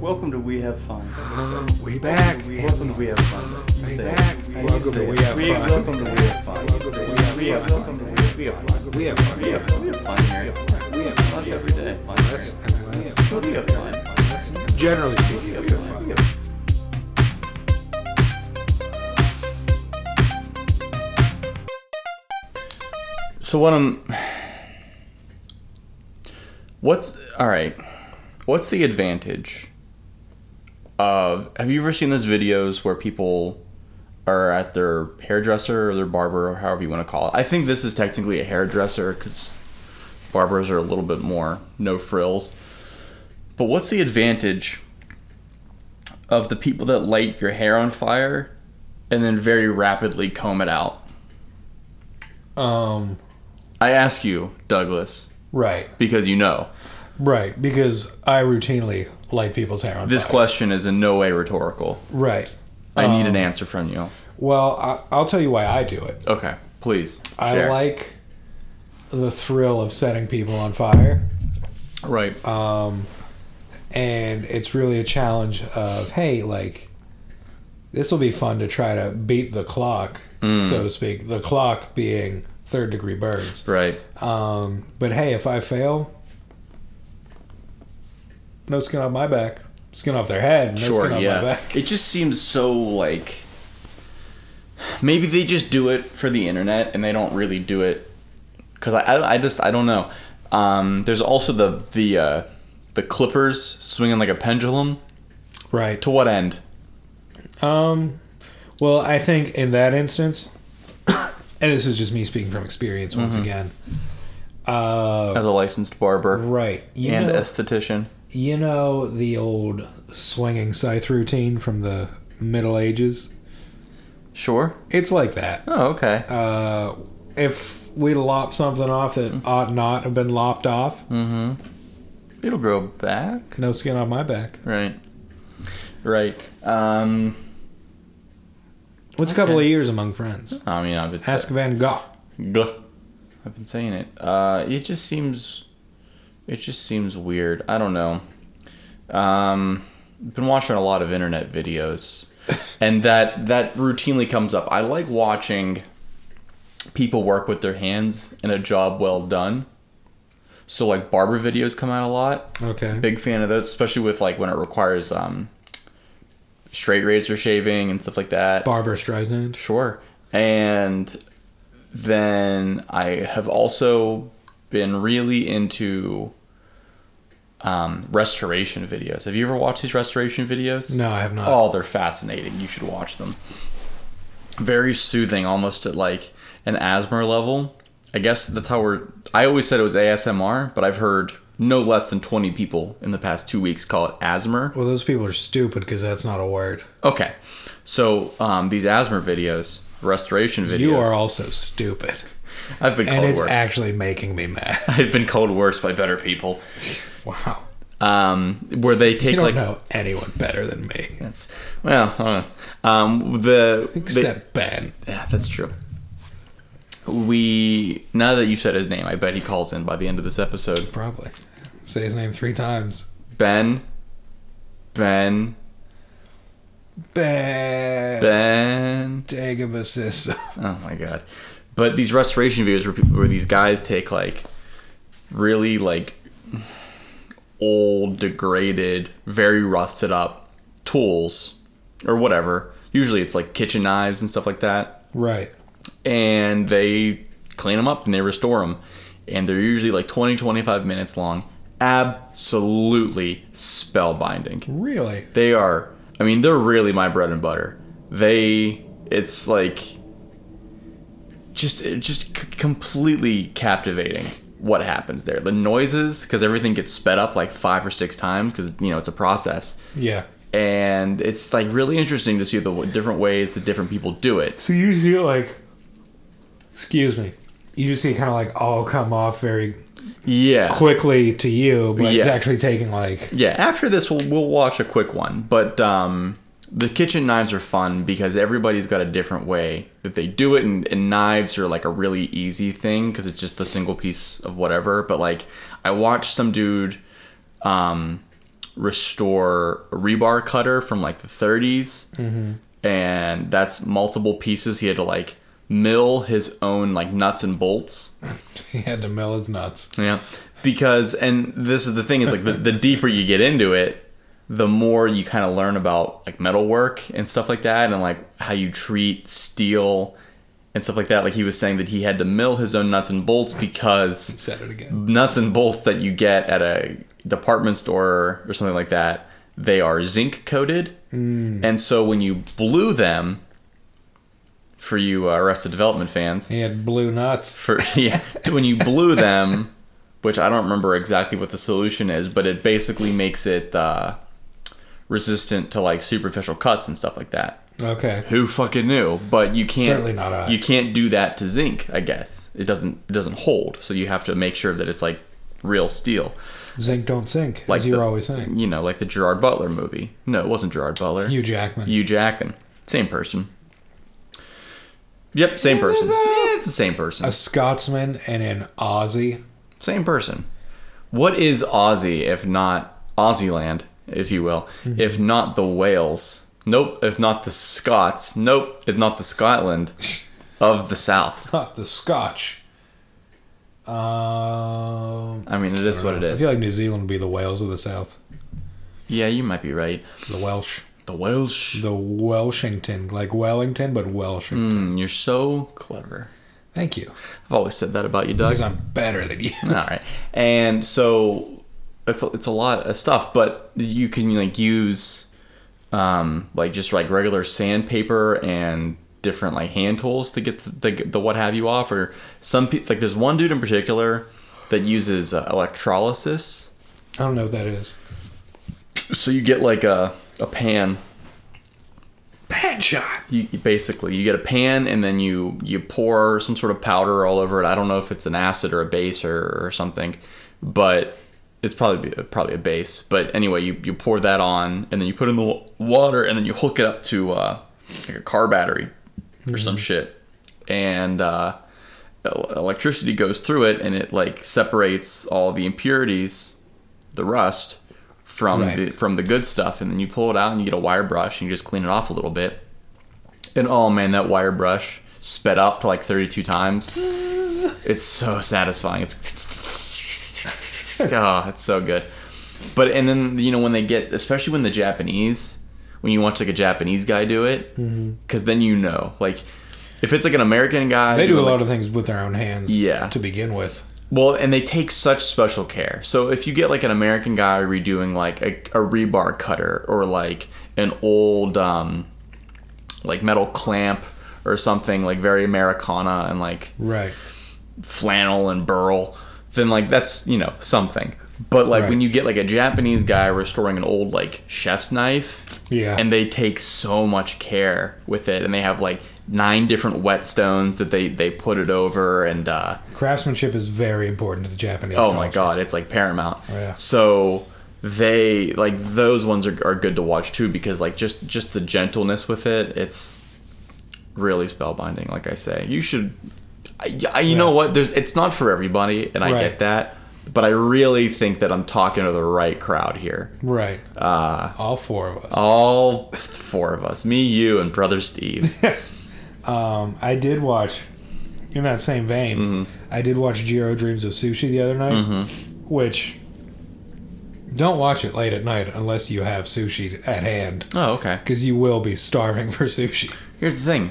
Welcome to We Have Fun. Way Uh-huh. back. Welcome to We Have Fun. You say it. back. You Welcome say to We it. Have We- Fun. Welcome to We Have Fun. We have welcome to We Have Fun. We have fun. We have fun. We have fun here. We have fun every day. Fun Unless, here. unless, We have fun. generally speaking, We we have have fun. fun. We have- So what I'm What's all right. What's the advantage of have you ever seen those videos where people are at their hairdresser or their barber or however you want to call it? I think this is technically a hairdresser cuz barbers are a little bit more no frills. But what's the advantage of the people that light your hair on fire and then very rapidly comb it out? Um, I ask you, Douglas, right, because you know. right, because I routinely light people's hair on This fire. question is in no way rhetorical. Right. I need Um, an answer from you. Well, I, I'll tell you why I do it. Okay, please. I share. like the thrill of setting people on fire, right. uh, and it's really a challenge of hey, like this will be fun to try to beat the clock, so to speak. The clock being third degree burns. right. Um, but hey, if I fail, no skin off my back, skin off their head, no Sure. skin off my Yeah. back. It just seems so like maybe they just do it for the internet and they don't really do it because I, I, I just I don't know. Um, there's also the the uh, the clippers swinging like a pendulum. Right. To what end? Um, well, I think in that instance, and this is just me speaking from experience once Mm-hmm. again. Uh, As a licensed barber right. You and know, esthetician. you know the old swinging scythe routine from the Middle Ages. Sure. It's like that. Oh, okay. Uh, if we lop something off Mm. that ought not have been lopped off, It'll grow back. no skin on my back. Right. Right. Um, What's a couple of years among friends? I mean, I've been sa- Ask Van Gogh. Gah. I've been saying it. Uh, it just seems, it just seems weird. I don't know. Um, been watching a lot of internet videos, and that that routinely comes up. I like watching people work with their hands in a job well done. So like barber videos come out a lot. Okay. big fan of those, especially with like when it requires um, straight razor shaving and stuff like that. Barbara Streisand. Sure. And then I have also been really into um, restoration videos. Have you ever watched these restoration videos? No, I have not. Oh, they're fascinating. You should watch them. Very soothing, almost at like an asthma level. I guess that's how we're. I always said it was ASMR, but I've heard no less than 20 people in the past two weeks call it asthma. Well, those people are stupid because that's not a word. Okay. So um, these asthma videos, restoration videos. You are also stupid. I've been And called it's worse. actually making me mad. I've been called worse by better people. Wow. Um, where they You take don't like know anyone better than me. that's well, uh, um, the they- Except Ben. yeah, that's true. We now that you said his name, I bet he calls in by the end of this episode. Probably. Say his name three times. Ben, Ben, Ben. Ben. Dagobah Oh my god! But these restoration videos where people, where these guys take like really like old, degraded, very rusted up tools or whatever. Usually it's like kitchen knives and stuff like that, Right. and they clean them up and they restore them, and they're usually like 20, 25 minutes long. Absolutely spellbinding Really? they are i mean they're really my bread and butter they it's like just just c- completely captivating what happens there the noises because everything gets sped up like five or six times because you know it's a process Yeah. and it's like really interesting to see the w- different ways that different people do it So you just see it like. Excuse me. You just see it kind of like all come off very yeah quickly to you, but it's Yeah. actually taking like. Yeah, after this we'll we'll watch a quick one, but um the kitchen knives are fun because everybody's got a different way that they do it and, and knives are like a really easy thing because it's just the single piece of whatever but like i watched some dude um restore a rebar cutter from like the 30s, and that's multiple pieces. He had to like mill his own like nuts and bolts. He had to mill his nuts. Yeah, because and this is the thing is like the, the deeper you get into it, the more you kind of learn about like metal work and stuff like that, and like how you treat steel and stuff like that. Like he was saying that he had to mill his own nuts and bolts because Said it again. nuts and bolts that you get at a department store or something like that, they are zinc coated. And so when you blew them, for you uh, Arrested Development fans, He had blue nuts. for yeah, when you blew them, which I don't remember exactly what the solution is, but it basically makes it uh, resistant to like superficial cuts and stuff like that. Okay. Who fucking knew? But you can't. Certainly not I. You can't do that to zinc. I guess it doesn't. It doesn't hold. So you have to make sure that it's like real steel. Zinc don't sink, Like as you're the- always saying. You know, like the Gerard Butler movie. No, it wasn't Gerard Butler. Hugh Jackman. Hugh Jackman. Same person. Yep, same person. Yeah, it's the same person. a Scotsman and an Aussie. Same person. What is Aussie if not Aussie if you will, Mm-hmm. if not the Wales? Nope. If not the Scots? Nope. If not the Scotland of the South? Not the Scotch. Um, I mean, it is what it I is. feel like New Zealand would be the Wales of the South. Yeah, you might be right. The Welsh. The Welsh. The Welshington. Like Wellington, but Welshington. Mm, you're so clever. Thank you. I've always said that about you, Doug. Because I'm better than you. All right, and so it's a, it's a lot of stuff, but you can like use um, like just like regular sandpaper and different like hand tools to get the, the, the what have you off. Or some pe- like there's one dude in particular that uses uh, electrolysis. I don't know what that is. So you get like a a pan. Bad shot. You you basically you get a pan and then you you pour some sort of powder all over it. I don't know if it's an acid or a base or, or something, but it's probably probably a base. But anyway, you, you pour that on and then you put in the wa- water and then you hook it up to uh, like a car battery or some shit, and uh, el- electricity goes through it and it like separates all the impurities, the rust from Right. the from the good stuff, and then you pull it out and you get a wire brush and you just clean it off a little bit. And oh man, that wire brush sped up to like 32 times. It's so satisfying. It's oh, it's so good. But and then you know when they get, especially when the Japanese, when you watch like a Japanese guy do it, because then you know, like if it's like an American guy, They do a doing, like, lot of things with their own hands. Yeah. To begin with. well, and they take such special care. So if you get like an American guy redoing like a, a rebar cutter or like an old um, like metal clamp or something like very Americana and like Right. flannel and burl, then like that's you know something. But like Right. when you get like a Japanese guy restoring an old like chef's knife, Yeah. and they take so much care with it, and they have like nine different whetstones that they they put it over, and uh, Craftsmanship is very important to the Japanese. oh my culture. god, it's like paramount. Oh, yeah. So they like those ones are, are good to watch too because like just just the gentleness with it, it's really spellbinding. Like I say, you should. I, I- you know Yeah. what? There's it's not for everybody, and I Right. get that. But I really think that I'm talking to the right crowd here. Right. Uh, All four of us. All four of us, me, you, and brother Steve. Um, I did watch, in that same vein, Mm-hmm. I did watch Jiro Dreams of Sushi the other night, which don't watch it late at night unless you have sushi at hand, oh, okay. because you will be starving for sushi. Here's the thing.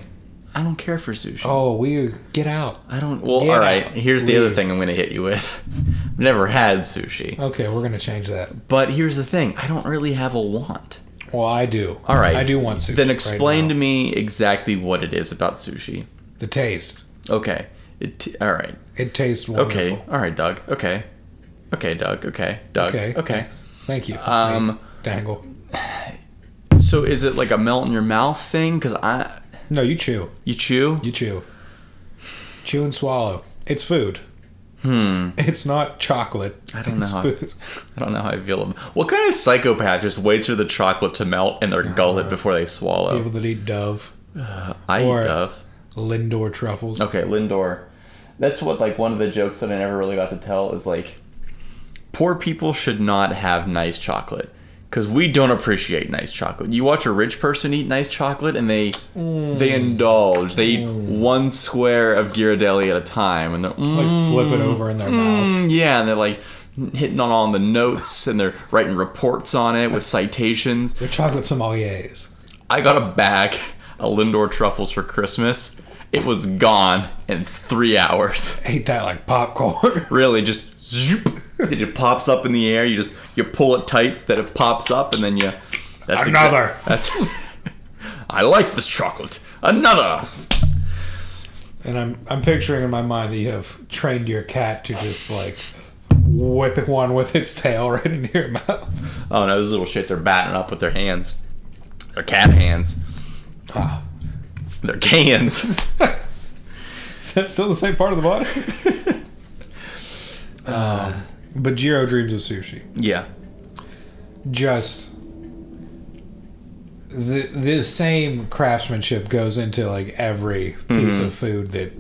I don't care for sushi. Oh, we get out. I don't. Well, Get all right. out. Here's the other Leave. thing I'm going to hit you with. I've never had sushi. Okay, we're gonna change that. But here's the thing: I don't really have a want. Well, I do. All right, I do want sushi. Then explain right to me exactly what it is about sushi. now. the taste. Okay. It t- all right. It tastes wonderful. Okay. All right, Doug. Okay. Okay, Doug. Okay, Doug. Okay. Okay. thanks. Thank you. That's Um, me, dangle. So is it like a melt in your mouth thing? Because I No, you chew. you chew. You chew. Chew and swallow. It's food. Hmm. It's not chocolate. I don't know. It's How I, food. I don't know how I feel. ab- What kind of psychopath just waits for the chocolate to melt in Uh-huh. their gullet before they swallow? People that eat Dove, I eat or- Dove. Lindor truffles. Okay, Lindor. That's what like one of the jokes that I never really got to tell is like poor people should not have nice chocolate. because we don't appreciate nice chocolate. You watch a rich person eat nice chocolate, and they they indulge. They eat one square of Ghirardelli at a time, and they're Like mm, flip it over in their mouth. yeah, and they're like hitting on all the notes, and they're writing reports on it with citations. They're chocolate sommeliers. I got a bag of Lindor truffles for Christmas. It was gone in three hours. Ate that like popcorn. Really, just zoop. It just pops up in the air. You just you pull it tight that it pops up, and then you. That's exa- Another. that's. I like this chocolate. Another. and I'm I'm picturing in my mind that you have trained your cat to just like whip one with its tail right into your mouth. Oh no, those little shits are batting up with their hands. Their cat hands. Ah. Their cans. Is that still the same part of the body? um, but Jiro dreams of sushi. yeah. Just the the same craftsmanship goes into like every piece of food that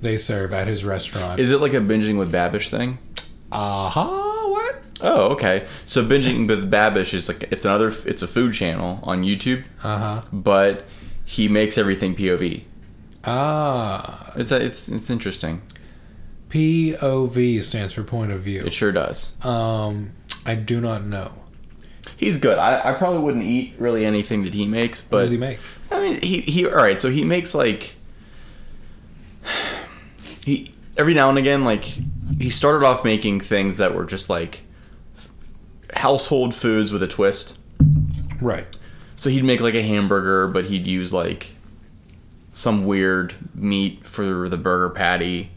they serve at his restaurant. Mm-hmm. Is it like a binging with Babish thing? Aha! Uh-huh, What? Oh, okay. So binging with Babish is like it's another it's a food channel on YouTube, Uh huh. but he makes everything POV. Ah. It's a, it's it's interesting. POV stands for point of view. It sure does. Um, I do not know. He's good. I, I probably wouldn't eat really anything that he makes, but What does he make? I mean, he he. All right, so he makes like he every now and again, like he started off making things that were just like household foods with a twist. Right. So he'd make like a hamburger, but he'd use like some weird meat for the burger patty.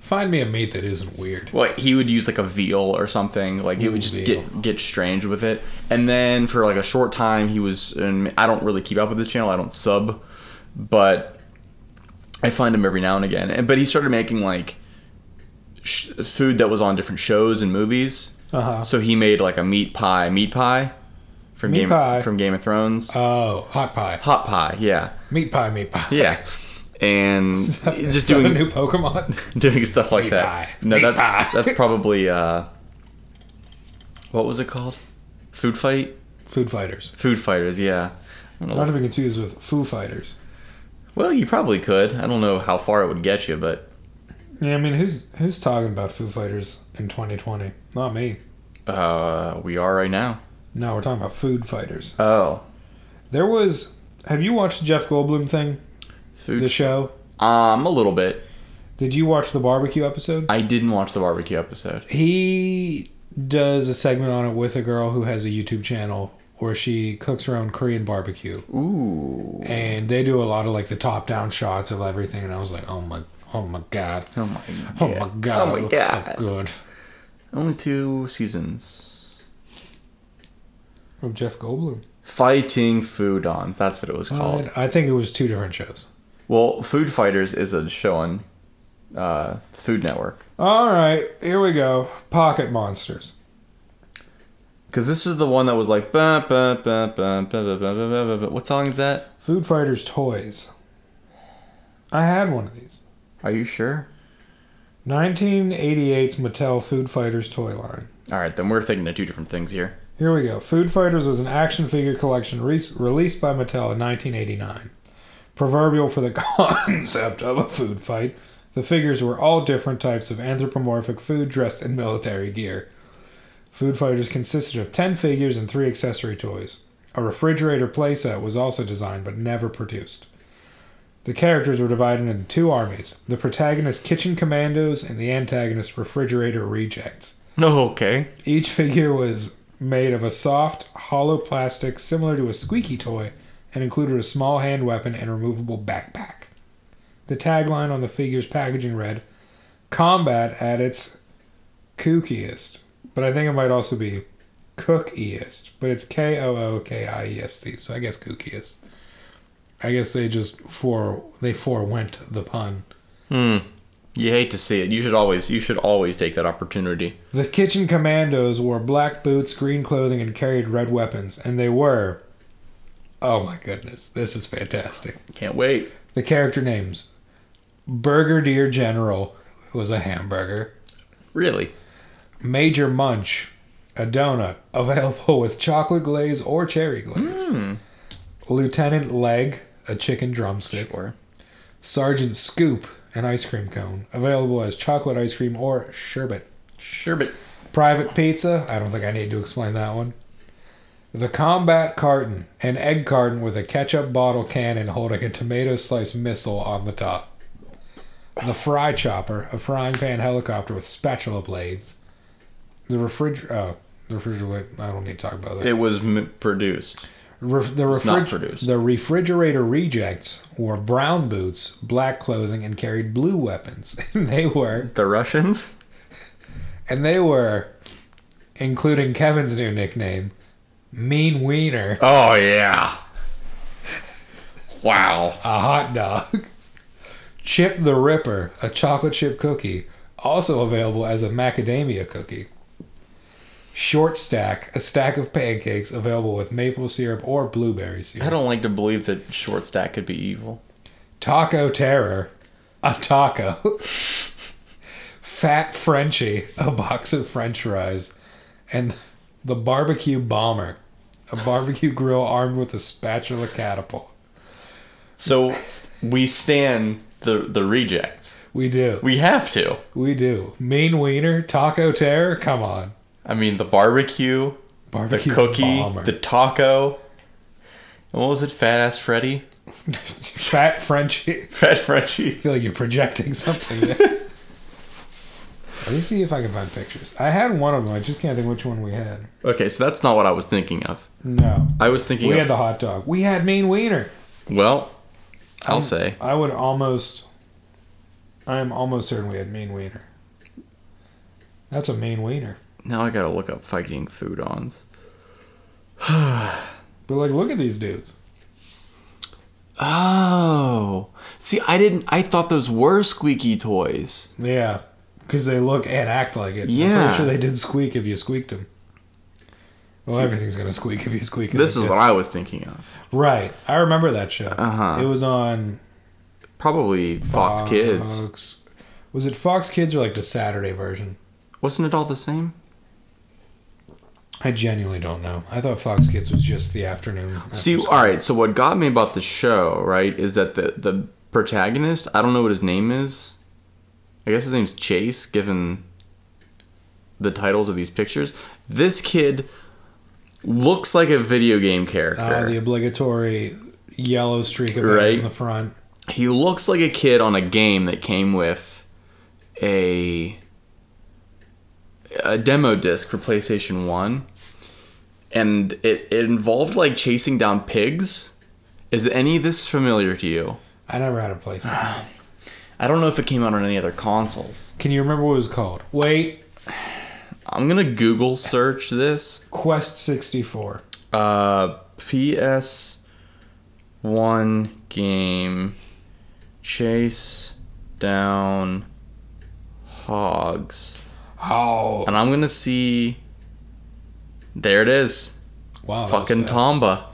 Find me a meat that isn't weird. Well, he would use like a veal or something. Like he Ooh, would just veal. get get strange with it. And then for like a short time, he was. And I don't really keep up with this channel. I don't sub, but I find him every now and again. And but he started making like sh- food that was on different shows and movies. Uh huh. So he made like a meat pie, meat pie from Meat Game pie. from Game of Thrones. Oh, hot pie. Hot pie, yeah, Meat pie, meat pie. yeah. And Is just that a doing new Pokemon. doing stuff like Meat that. pie. No, Meat that's pie. that's probably uh, what was it called? Food fight, Food fighters. food fighters. Yeah. I don't know. Not to be confused with Foo Fighters. Well, you probably could. I don't know how far it would get you, but Yeah, I mean, who's who's talking about Foo Fighters in 2020? Not me. uh, we are right now. No, we're talking about food fighters. Oh, There was. Have you watched the Jeff Goldblum thing? The food. show. um, a little bit. Did you watch the barbecue episode? I didn't watch the barbecue episode. he does a segment on it with a girl who has a YouTube channel where she cooks her own Korean barbecue, Ooh. and they do a lot of like the top-down shots of everything. And I was like, oh my, oh my god, Oh my. oh God. my god, Oh my it looks god. so good. Only two seasons. Of Jeff Goldblum. Fighting Foodons. That's what it was called. I think it was two different shows. Well, Food Fighters is a show on uh, Food Network. All right, here we go. Pocket monsters. Because this is the one that was like, bah, bah, bah, bah, bah, bah, bah, bah, bah, bah, bah. what song is that? Food fighters toys. I had one of these. Are you sure? 1988's Mattel Food Fighters toy line. All right, then we're thinking of two different things here. Here we go. Food Fighters was an action figure collection re- released by Mattel in 1989. Proverbial for the concept of a food fight, the figures were all different types of anthropomorphic food dressed in military gear. Food Fighters consisted of 10 figures and 3 accessory toys. A refrigerator playset was also designed but never produced. The characters were divided into two armies the protagonist kitchen commandos and the antagonist refrigerator rejects. No, okay. Each figure was made of a soft, hollow plastic similar to a squeaky toy and included a small hand weapon and removable backpack. The tagline on the figure's packaging read, Combat at its kookiest. But I think it might also be cookiest. But it's K O O K I E S T, so I guess kookiest. I guess they just fore they forewent the pun. Hmm. You hate to see it. You should always you should always take that opportunity. The kitchen commandos wore black boots, green clothing, and carried red weapons, and they were. Oh my goodness, this is fantastic. Can't wait. The character names Burger Deer General was a hamburger, Really? Major Munch, a donut available with chocolate glaze or cherry glaze. Lieutenant Leg, a chicken drumstick. Sure. Sergeant Scoop, an ice cream cone, available as chocolate ice cream or sherbet. Sherbet. Private Pizza, I don't think I need to explain that one. The Combat Carton, an egg carton with a ketchup bottle cannon holding a tomato slice missile on the top. The Fry Chopper, a frying pan helicopter with spatula blades. The refriger oh, the refrigerator. I don't need to talk about that. It was m- produced. Ref- the, not refriger- produced. the refrigerator rejects wore brown boots, black clothing, and carried blue weapons. And they were, The Russians? and they were, including Kevin's new nickname, Mean Wiener, Oh, yeah. Wow. a hot dog. Chip the Ripper, a chocolate chip cookie, also available as a macadamia cookie. Short stack, a stack of pancakes available with maple syrup or blueberry syrup. I don't like to believe that short stack could be evil. Taco Terror, a taco. Fat Frenchie, a box of french fries. And the Barbecue Bomber, a barbecue grill armed with a spatula catapult. So we stand the the rejects. We do. We have to. We do. Mean Wiener, Taco Terror, come on. I mean, the barbecue, the Barbecue cookie, Bomber. the taco. And what was it? Fat ass Freddy? Fat Frenchie. Fat Frenchie. I feel like you're projecting something there. Let me see if I can find pictures. I had one of them. I just can't think which one we had. Okay, so that's not what I was thinking of. No. I was thinking We of had the hot dog. We had Mean Wiener. well, I'll say I would almost. I am almost certain we had mean wiener. That's a mean wiener. now I gotta look up fighting foodons. But like, look at these dudes. Oh, see, I didn't. I thought those were squeaky toys. Yeah, because they look and act like it. I'm Yeah. pretty sure they did squeak if you squeaked them. Well, everything's gonna squeak if you squeak. it, This I is guess. what I was thinking of. Right, I remember that show. Uh-huh. It was on Probably Fox Kids. Fox- Was it Fox Kids or like the Saturday version? Wasn't it all the same? I genuinely don't know. I thought Fox Kids was just the afternoon. See, all right. So what got me about the show, right, is that the the protagonist. I don't know what his name is. I guess his name's Chase, given the titles of these pictures. This kid looks like a video game character. Uh, the obligatory yellow streak of right. Right. in the front. he looks like a kid on a game that came with a a demo disc for PlayStation 1 and it, it involved like chasing down pigs is any of this familiar to you I never had a PlayStation. I don't know if it came out on any other consoles Can you remember what it was called? Wait, I'm gonna Google search this Quest 64. uh PS1 game chase down hogs Oh, And I'm gonna see. There it is. wow! that was Fucking Oh, bad. Tomba.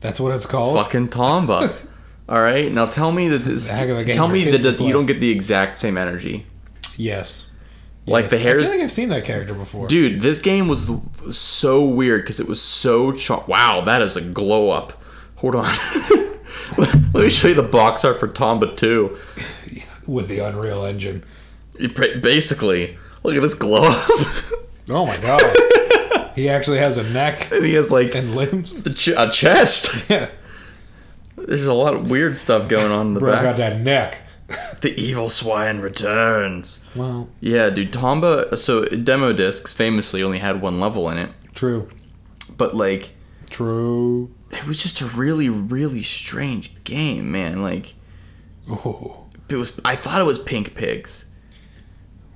That's what it's called. Fucking Tomba. All right. Now tell me that this. It's a heck of a game tell for me kids that to does, play. you don't get the exact same energy, Yes. like the Yes. hair I is. feel like I've seen that character before. Dude, this game was so weird because it was so. Cho- wow, that is a glow up. Hold on. Let me show you the box art for Tomba 2. with the Unreal Engine. It ba- Basically, look at this glow up. Oh my god! he actually has a neck and he has like and limbs. the ch- a chest. Yeah, There's a lot of weird stuff going on in the bro back. got that neck. The evil swine returns. Well, Yeah, dude, Tomba. So demo discs famously only had one level in it, true, but like true. it was just a really, really strange game, man. Like Oh, it was. I thought it was Pink Pigs,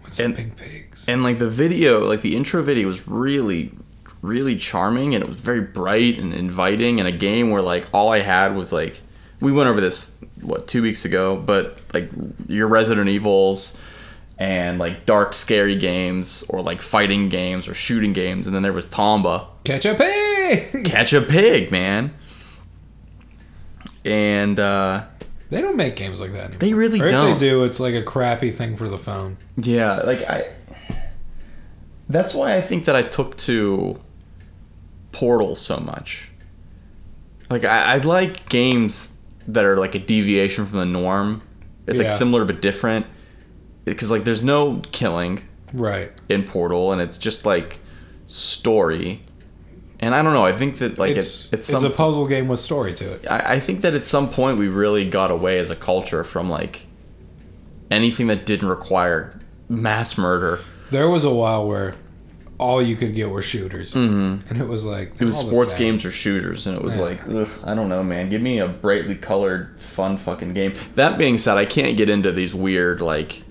what's And- pink pigs? and like the video, like the intro video, was really, really charming, and it was very bright and inviting, and a game where like all I had was like we went over this what two weeks ago, but like your Resident Evils, and like dark scary games or like fighting games or shooting games and then there was tomba Catch a pig. catch a pig man and uh they don't make games like that anymore. they really or if don't they do, it's like a crappy thing for the phone. yeah like i That's why I think that I took to Portal so much. Like I, I like games that are like a deviation from the norm. It's like Yeah. similar but different. Because like there's no killing Right. in Portal, and it's just like story. And I don't know. I think that like it's it's it's, it's, some a puzzle game with story to it. I, I think that at some point we really got away as a culture from like anything that didn't require mass murder. There was a while where all you could get were shooters, mm-hmm. and it was like It was all the sports same. games or shooters, and it was Yeah. like, ugh, I don't know, man. Give me a brightly colored, fun fucking game. That being said, I can't get into these weird like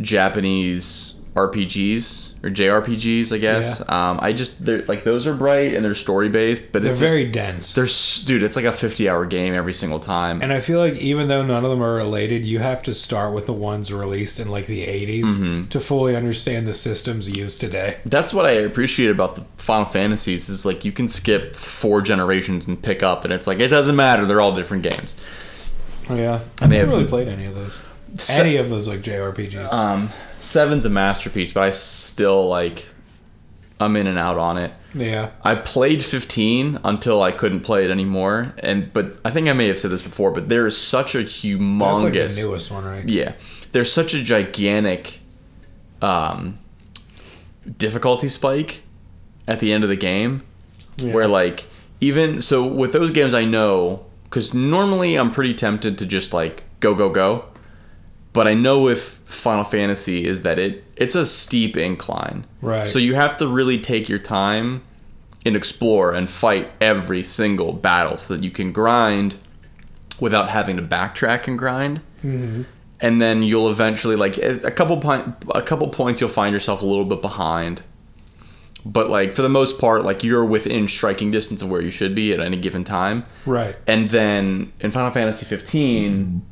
Japanese RPGs or JRPGs. I guess um, I just they're like those are bright and they're story based, but They're it's very just, dense. they're s- dude. It's like a fifty-hour game every single time. And I feel like even though none of them are related, you have to start with the ones released in like the 80s Mm-hmm. to fully understand the systems used today. That's what I appreciate about the Final Fantasies is like you can skip four generations and pick up, and it's like it doesn't matter. They're all different games. Yeah. I And never they have- really played any of those. Se- any of those like JRPGs. Um, Seven's a masterpiece, but I still like I'm in and out on it. yeah. I played 15 until I couldn't play it anymore, and but I think I may have said this before, but there is such a That's like humongous the newest one, right? yeah there's such a gigantic um difficulty spike at the end of the game Yeah. where like even so with those games i know because normally i'm pretty tempted to just like go go go but i know with final fantasy is that it it's a steep incline Right. so you have to really take your time and explore and fight every single battle so that you can grind without having to backtrack and grind and then you'll eventually like eh, a a couple point, a couple points you'll find yourself a little bit behind but like for the most part like you're within striking distance of where you should be at any given time Right. and then in final fantasy 15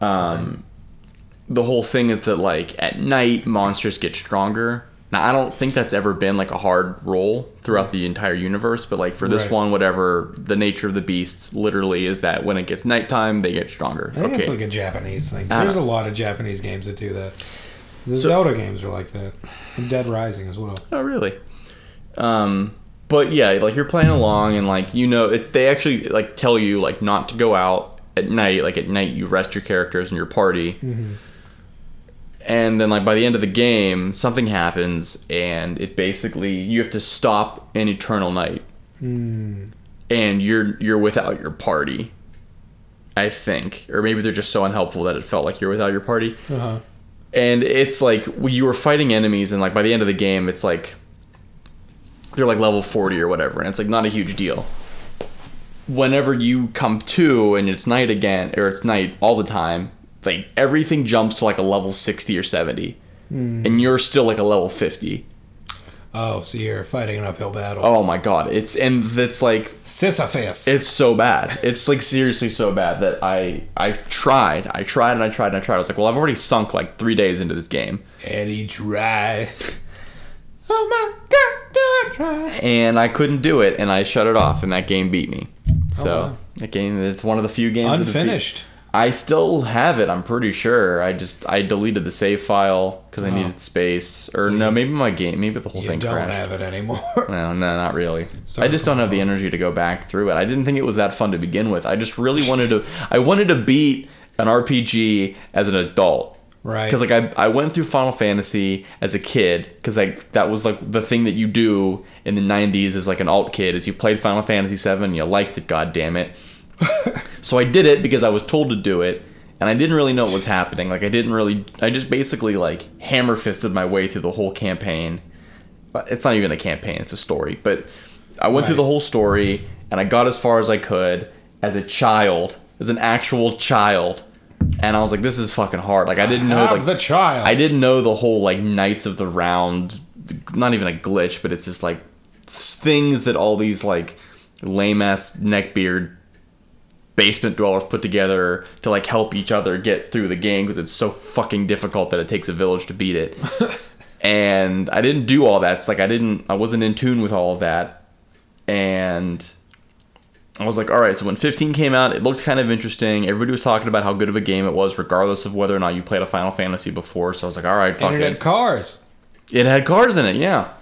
um the whole thing is that like at night monsters get stronger now i don't think that's ever been like a hard rule throughout the entire universe but like for this Right. one whatever the nature of the beasts literally is that when it gets nighttime they get stronger I think okay it's like a Japanese thing. Ah. There's a lot of Japanese games that do that. The So- Zelda games are like that. And Dead Rising as well. Oh, really? Um, but yeah, like you're playing along, and like you know, it, they actually like tell you like not to go out at night. Like at night, you rest your characters and your party. And then like by the end of the game, something happens, and it basically you have to stop an eternal night, and you're you're without your party. I think, or maybe they're just so unhelpful that it felt like you're without your party Uh-huh. and it's like we- you were fighting enemies and like by the end of the game it's like they're like level 40 or whatever and it's like not a huge deal whenever you come to and it's night again or it's night all the time like everything jumps to like a level 60 or 70 and you're still like a level 50 Oh, so you're fighting an uphill battle. oh my god it's and that's like Sisyphus. it's so bad. It's like seriously so bad that I I tried, I tried and I tried and I tried. I was like, well, I've already sunk like three days into this game, and he try. oh my god, do I try? and I couldn't do it, and I shut it off, and that game beat me. So Oh, wow. that game, it's one of the few games that beat- Unfinished. I still have it. I'm pretty sure. I just I deleted the save file because I needed space, or no, maybe my game, maybe the whole You thing don't crashed. have it anymore. No, no, not really. Sorry I just for don't have the energy to go back through it. I didn't think it was that fun to begin with. I just really wanted to. I wanted to beat an RPG as an adult. Right. Because like I, I went through Final Fantasy as a kid because like that was like the thing that you do in the '90s as like an alt kid is you played Final Fantasy VII and you liked it, god damn it. so I did it because I was told to do it, and I didn't really know what was happening. Like I didn't really, I just basically like hammer fisted my way through the whole campaign. But It's not even a campaign; it's a story. But I went through Right. the whole story and I got as far as I could as a child, as an actual child. And I was like, "This is fucking hard." Like I didn't know. Have like the child. I didn't know the whole like Knights of the Round, not even a glitch, but it's just like things that all these like lame ass neckbeard basement dwellers put together to like help each other get through the game because it's so fucking difficult that it takes a village to beat it. and I didn't do all that. It's like I didn't, I wasn't in tune with all of that, and. I was like, all right, so when 15 came out, it looked kind of interesting. Everybody was talking about how good of a game it was, regardless of whether or not you played a Final Fantasy before. So I was like, all right, fuck Internet it. cars. It had cars in it, yeah.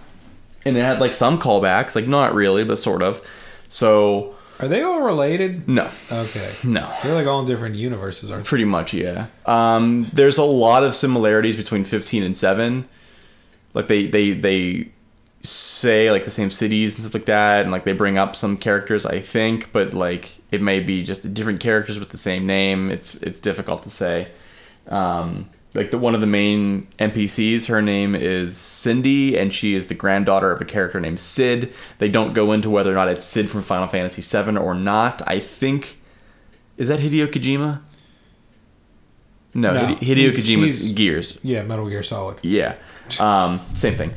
And it had like some callbacks, like not really, but sort of. So Are they all related? no, Okay. no, They're like all in different universes, aren't pretty much, yeah. Um, there's a lot of similarities between 15 and seven. Like they they they say like the same cities and stuff like that, and like they bring up some characters, I think, but like it may be just different characters with the same name. It's it's difficult to say. um, like the one of the main NPCs. Her name is Cindy, and she is the granddaughter of a character named Sid. They don't go into whether or not it's Sid from Final Fantasy VII or not. I think is that Hideo Kojima. No, No, Hide- Hideo he's- Kojima's he's- Gears. they? Yeah, Metal Gear Solid. Yeah. Um, same thing.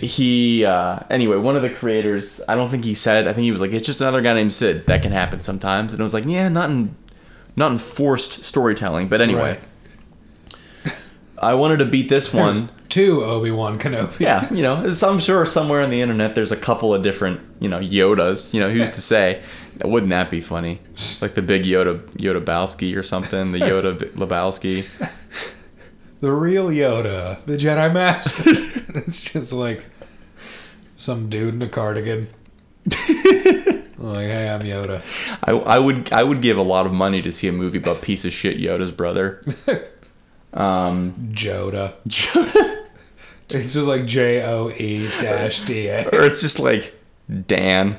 He uh, anyway, one of the creators. I don't think he said. I think he was like, "It's just another guy named Sid. That can happen sometimes." And it was like, "Yeah, not in, not in forced storytelling." But anyway, Right. I wanted to beat this one. Two Obi Wan Kenobi. Yeah, you know, it's- I'm sure somewhere on the internet there's a couple of different, you know, Yodas. You know, who's to say? Wouldn't that be funny? Like the big Yoda, Yoda Bowski or something. The Yoda Lebowski. The real Yoda, the Jedi Master. it's just like some dude in a cardigan. like, hey, I'm Yoda. I, I would I would give a lot of money to see a movie about piece of shit Yoda's brother. Joda. Yoda. It's just like J O E dash D A. or it's just like Dan.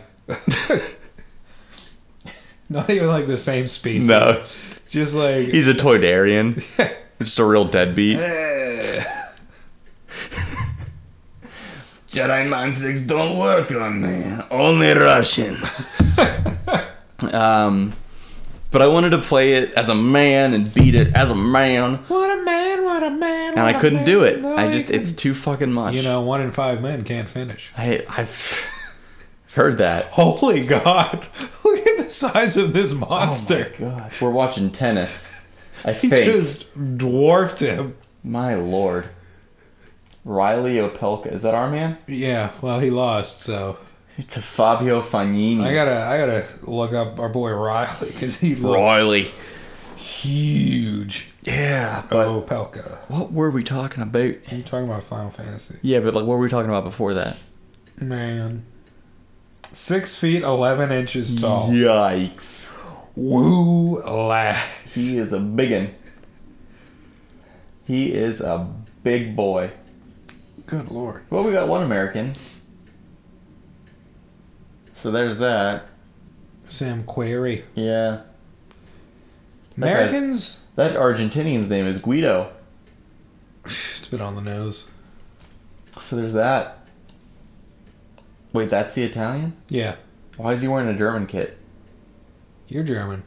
Not even like the same species. No, it's- Just like. He's a Toydarian. just a real deadbeat. Jedi mind tricks don't work on me. Only Russians. um, but I wanted to play it as a man and beat it as a man, what a man, what a man. and I what a couldn't man. do it. No, I he just couldn't. it's too fucking much. You know, one in five men can't finish. I I've heard that. Holy God. Look at the size of this monster. Oh God, we're watching tennis. I he think. just dwarfed him. My lord. Riley Opelka. Is that our man? Yeah, well, he lost, so. To Fabio Fagnini. I gotta, I gotta look up our boy Riley because he looked Riley. huge. Yeah, but Oh, Pelka. what were we talking about? You talking about Final Fantasy? Yeah, but like what were we talking about before that? Man, six feet eleven inches Oh. tall. Yikes. Woo la! He is a biggin. He is a big boy. Good lord. Well, we got one American. So there's that. Sam Query. Yeah. That guy's- Americans. That Argentinian's name is Guido. It's been on the nose. So there's that. Wait, that's the Italian? Yeah, Why is he wearing a German kit? you're German.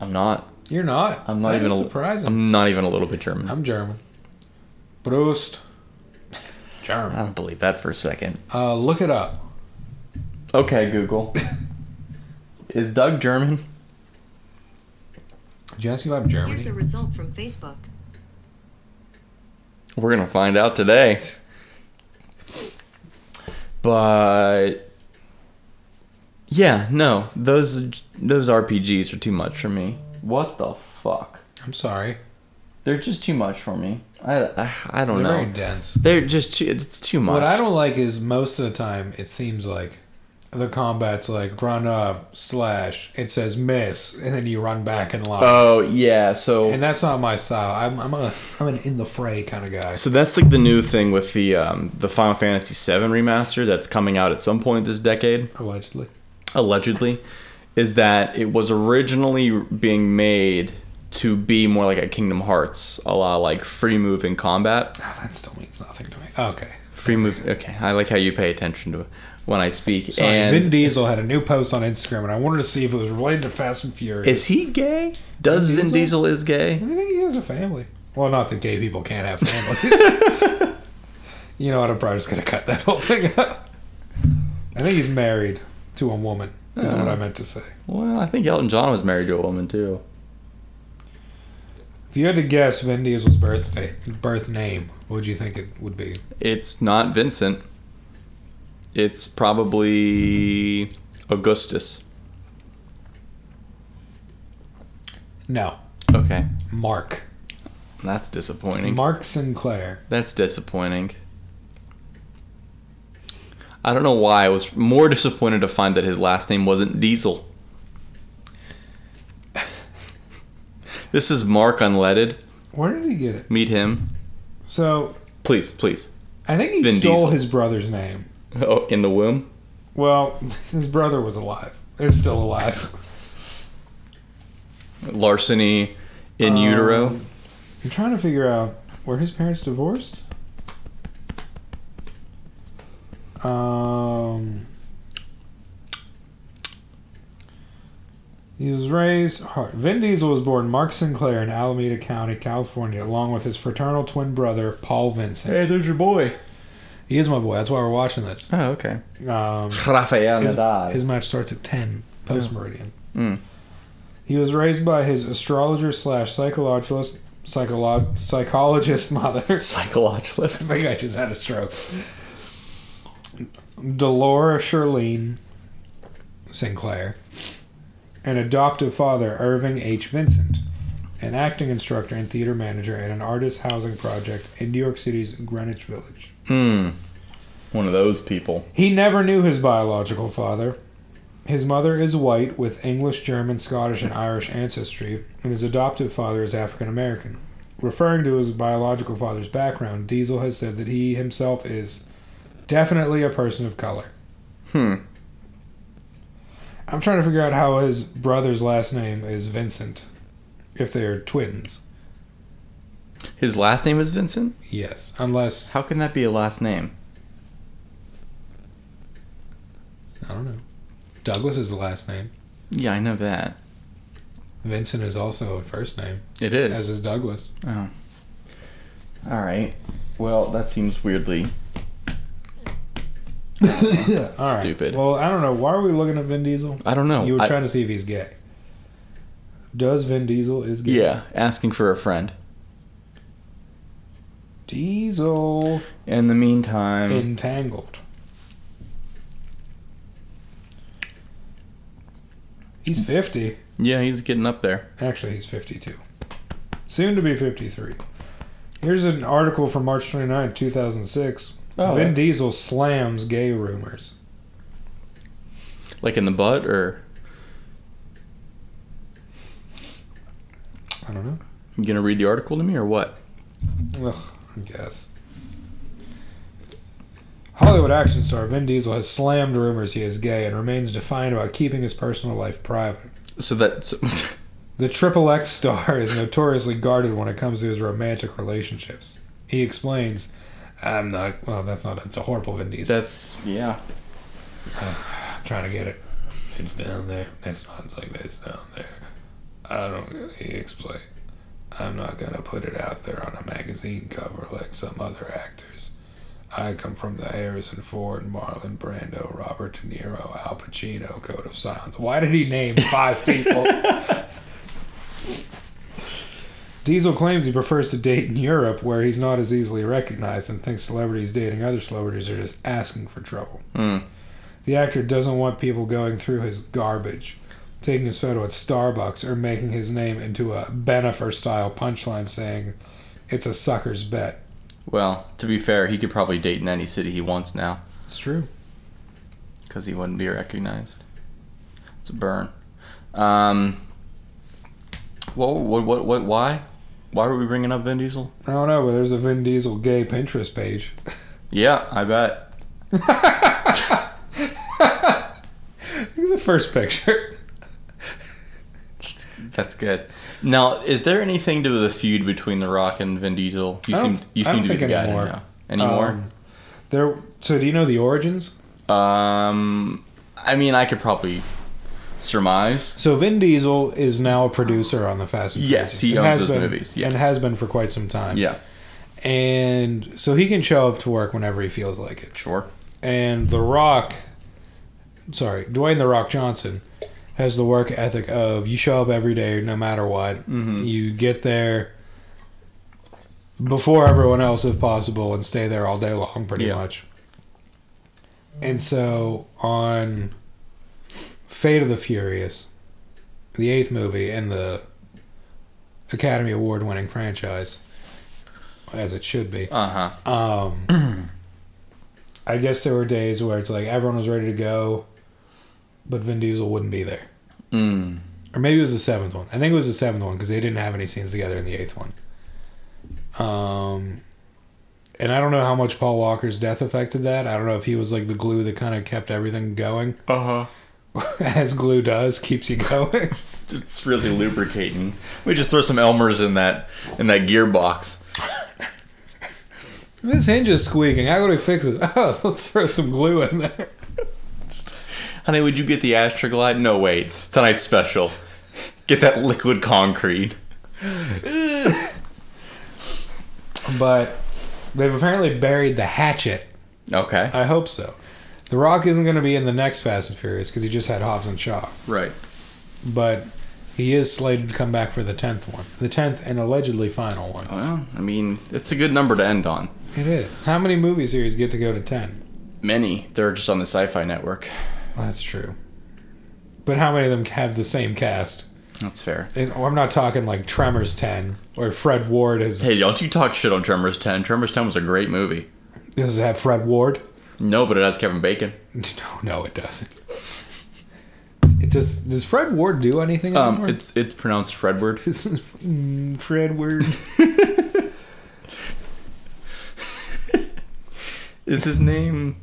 I'm not. You're not. I'm not That even is a surprising. I'm, I'm not even a little bit German. German. Prost. German. I don't believe that for a second. Uh, look it up. Okay, Google. Is Doug German? Did you ask if I'm German? Here's a result from Facebook. We're gonna find out today. But yeah, no, those those RPGs are too much for me. What the fuck? I'm sorry. They're just too much for me. I, I, I don't They're know. very dense. They're just too. It's too much. What I don't like is most of the time it seems like the combat's like run up slash it says miss and then you run back in line. oh yeah, so and that's not my style. I'm I'm a I'm an in the fray kind of guy. So that's like the new thing with the um, the Final Fantasy VII remaster that's coming out at some point this decade, Allegedly. allegedly, is that it was originally being made to be more like a Kingdom Hearts, a la like free move in combat. Ah, that still means nothing to me. Okay. Free move. Okay, I like how you pay attention to when I speak. Sorry, and Vin Diesel had a new post on Instagram and I wanted to see if it was related to Fast and Furious. is he gay? Does Vin Vin Diesel? Diesel is gay? I think he has a family. Well, not that gay people can't have families. you know what? I'm probably just gonna cut that whole thing out. I think he's married to a woman. Is what I Uh. meant to say. Well, I think Elton John was married to a woman too. If you had to guess Vin Diesel's birthday birth name, what do you think it would be? It's not Vincent. It's probably Augustus. No, Okay. Mark. That's disappointing. Mark Sinclair. That's disappointing. I don't know why I was more disappointed to find that his last name wasn't Diesel. this is Mark Unleaded. Where did he get it? Meet him, So please, please. I think he Vin stole Diesel. his brother's name. Oh, in the womb. Well, his brother was alive. Is still alive. Larceny in Um, utero. I'm trying to figure out were his parents divorced. Um, he was raised. Hard. Vin Diesel was born Mark Sinclair in Alameda County, California, along with his fraternal twin brother Paul Vincent. there's your boy. He is my boy. That's why we're watching this. Oh, okay. Um, Rafael his, his match starts at 10 post meridian. Mm. He was raised by his astrologer slash psychologist psycholo- psychologist mother. I Psychologist. think I just had a stroke. Delora Shirlene Sinclair, an adoptive father Irving H. Vincent, an acting instructor and theater manager at an artist housing project in New York City's Greenwich Village. Hmm. One of those people. He never knew his biological father. His mother is white with English, German, Scottish, and Irish ancestry, and his adoptive father is African American. Referring to his biological father's background, Diesel has said that he himself is definitely a person of color. Hmm. I'm trying to figure out how his brother's last name is Vincent, if they're twins. His last name is Vincent. Yes, unless How can that be a last name? I don't know. Douglas is the last name. Yeah, I know that. Vincent is also a first name, It is. as is Douglas. Oh. All right. Well, that seems weirdly All right. stupid. Well, I don't know. Why are we looking at Vin Diesel? I don't know. You were I- trying to see if he's gay. Does Vin Diesel is gay? yeah, asking for a friend. Diesel In the meantime, entangled. Hmm. He's fifty. yeah, he's getting up there. Actually, he's fifty-two. Soon to be fifty-three. Here's an article from March 29, 2006. Oh, Vin Diesel slams gay rumors. like in the butt or I don't know. you going to read the article to me or what? Ugh, I guess. Hollywood action star Vin Diesel has slammed rumors he is gay and remains defiant about keeping his personal life private. So that's The Triple X star is notoriously guarded when it comes to his romantic relationships. He explains, I'm not, well, that's not, it's a horrible Vin Diesel. that's yeah. I'm trying to get it. It's down there. It's not it's like this down there. I don't, he explains, I'm not going to put it out there on a magazine cover like some other actors. I come from the Harrison Ford, Marlon Brando, Robert De Niro, Al Pacino code of silence. Why did he name five people? Diesel claims he prefers to date in Europe where he's not as easily recognized and thinks celebrities dating other celebrities are just asking for trouble. Hmm. The actor doesn't want people going through his garbage, taking his photo at Starbucks, or making his name into a Benefer style punchline saying, It's a sucker's bet. Well, to be fair, he could probably date in any city he wants now It's true. because he wouldn't be recognized. It's a burn. Um. What? What? What? what why? Why were we bringing up Vin Diesel? I don't know, but there's a Vin Diesel gay Pinterest page. Yeah, I bet. Look at the first picture. That's good. Now, is there anything to the feud between The Rock and Vin Diesel? You I don't- seem you I seem don't to be the think guy anymore. now. Anymore? Um, there. So, do you know the origins? Um, I mean, I could probably surmise. So Vin Diesel is now a producer on the Fast and Furious. Yes, he And owns has those been- movies, yes. and has been for quite some time. Yeah, and so he can show up to work whenever he feels like it. sure. And The Rock, sorry, Dwayne The Rock Johnson has the work ethic of you show up every day no matter what. You get there before everyone else if possible and stay there all day long pretty Yeah. much. And so on Fate of the Furious, the eighth movie and the Academy Award winning Uh-huh. franchise, as it should be Uh huh. um, I guess there were days where it's like everyone was ready to go, but Vin Diesel wouldn't be there. Mm. Or maybe it was the seventh one. I think it was the seventh one because they didn't have any scenes together in the eighth one. Um, and I don't know how much Paul Walker's death affected that. I don't know if he was like the glue that kind of kept everything going, Uh huh. as glue does, keeps you going. It's really lubricating. We just throw some Elmers in that in that gearbox. this hinge is squeaking. How do we fix it? Oh, let's throw some glue in there. Honey, would you get the Astroglide? No, wait. Tonight's special. Get that liquid concrete. But they've apparently buried the hatchet. Okay. I hope so. The Rock isn't going to be in the next Fast and Furious because he just had Hobbs and Shaw. Right. but he is slated to come back for the tenth one, the tenth and allegedly final one. Well, I mean, it's a good number to end on. It is. How many movie series get to go to ten? Many. They're just on the sci fi network. That's true. But how many of them have the same cast? That's fair. And oh, I'm not talking like Tremors ten or Fred Ward. Is, Hey, don't you talk shit on Tremors 10. Tremors 10 was a great movie. does it have Fred Ward? No, but it has Kevin Bacon. No, no, it doesn't. It does. Does Fred Ward do anything? Um, anymore? it's it's pronounced Fredward. This is mm, Fred Ward. Is his name?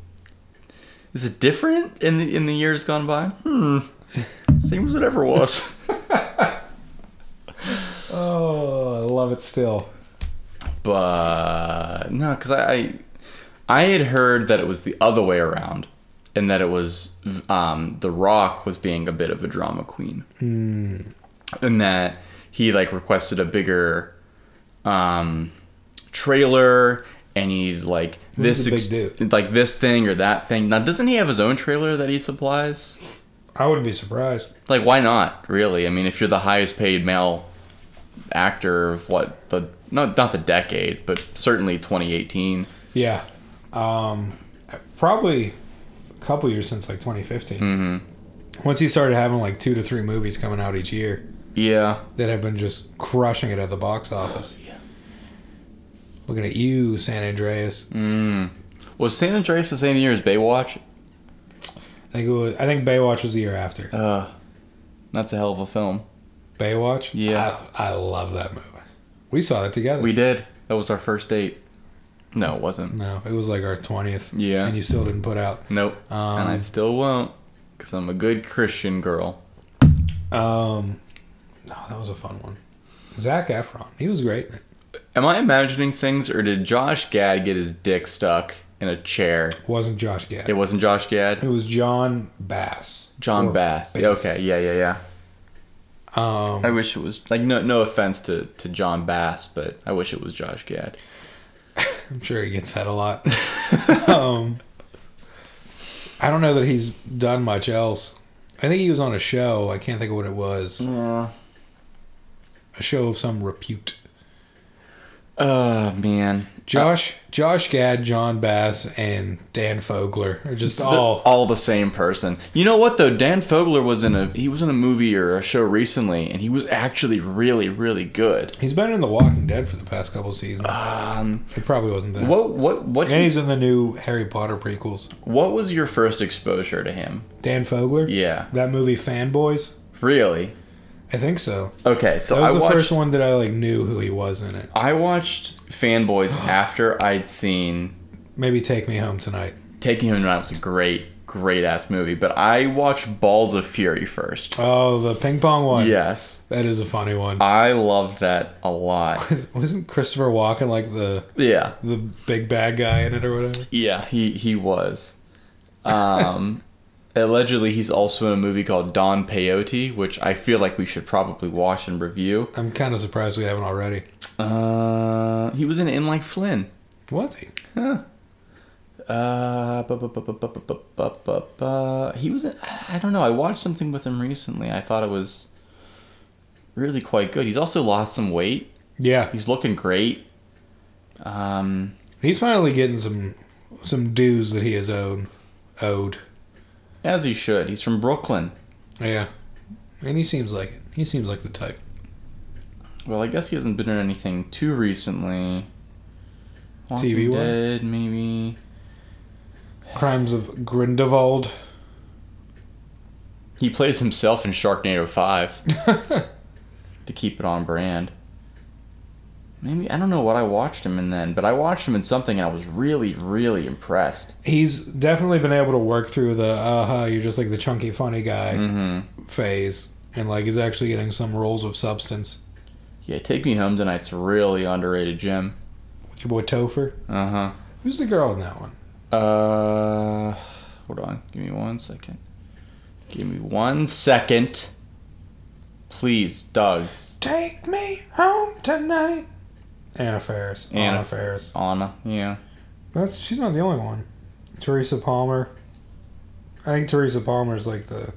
Is it different in the in the years gone by? Hmm. Same as it ever was. oh, I love it still. but no, because I, I I had heard that it was the other way around, and that it was um, the Rock was being a bit of a drama queen, Hmm. and that he like requested a bigger um, trailer, and he needed like He's this a big ex- dude. like this thing or that thing. Now, doesn't he have his own trailer that he supplies? I wouldn't be surprised. Like, why not? Really? I mean, if you're the highest paid male actor of what the not not the decade, but certainly 2018. Yeah. Um, probably a couple years since like 2015. Mm-hmm. Once he started having like two to three movies coming out each year Yeah. that have been just crushing it at the box office. Yeah. Looking at you, San Andreas. Mm. Was San Andreas the same year as Baywatch? I think it was, I think Baywatch was the year after. Uh, that's a hell of a film. Baywatch. yeah. I, I love that movie. We saw it together. We did. That was our first date. No, it wasn't. no, it was like our twentieth. Yeah. and you still didn't put out. Nope. Um, and I still won't, cause I'm a good Christian girl. Um, no, that was a fun one. Zach Efron, he was great. in it. Am I imagining things, or did Josh Gad get his dick stuck in a chair? Wasn't Josh Gad? It wasn't Josh Gad. It was John Bass. John Or Bass. Okay. Yeah. Yeah. Yeah. Um, I wish it was like no no offense to, to John Bass, but I wish it was Josh Gad. I'm sure he gets that a lot. um, I don't know that he's done much else. I think he was on a show. I can't think of what it was. Yeah. A show of some repute. Oh man. Josh, Josh Gad, John Bass, and Dan Fogler are just They're all. all the same person. You know what though? Dan Fogler was in a he was in a movie or a show recently, and he was actually really really good. He's been in The Walking Dead for the past couple seasons. Um, it probably wasn't that. what what what And he's in the new Harry Potter prequels. what was your first exposure to him? Dan Fogler. Yeah, That movie, Fanboys. really. I think so. Okay, so That was I the watched first one that I like knew who he was in it. I watched Fanboys after I'd seen Maybe take me home tonight. Taking Him Tonight was a great great ass movie, but I watched Balls of Fury first. Oh, the ping pong one. Yes. that is a funny one. I loved that a lot. Wasn't Christopher Walken like the Yeah. the big bad guy in it or whatever? Yeah, he he was. Um allegedly he's also in a movie called Don Peyote, which I feel like we should probably watch and review. I'm kind of surprised we haven't already. Uh he was in In Like Flynn. Was he? Huh. Uh, bu- bu- bu- bu- bu- bu- bu- bu- bu- bu- he was. in- I don't know. I watched something with him recently. I thought it was really quite good. He's also lost some weight. Yeah, He's looking great. Um, he's finally getting some some dues that he is owed. Owed. as he should. He's from Brooklyn. Yeah, and he seems like it. He seems like the type. Well, I guess he hasn't been in anything too recently. Walking TV-wise? Dead, maybe. Crimes of Grindelwald. He plays himself in Sharknado 5 to keep it on brand. Maybe, I don't know what I watched him in then, but I watched him in something and I was really, really impressed. He's definitely been able to work through the uh-huh, you're just like the chunky funny guy Mm-hmm. phase and like is actually getting some roles of substance. Yeah, Take Me Home Tonight's a really underrated gem. With your boy Topher. Uh Who's the girl in that one? huh. Uh, hold on. Give me one second. Give me one second. Please, Doug. Take me home tonight. Anna Faris. Anna, Anna- Faris. Anna, yeah. That's she's not the only one. Teresa Palmer. I think Teresa Palmer's like the.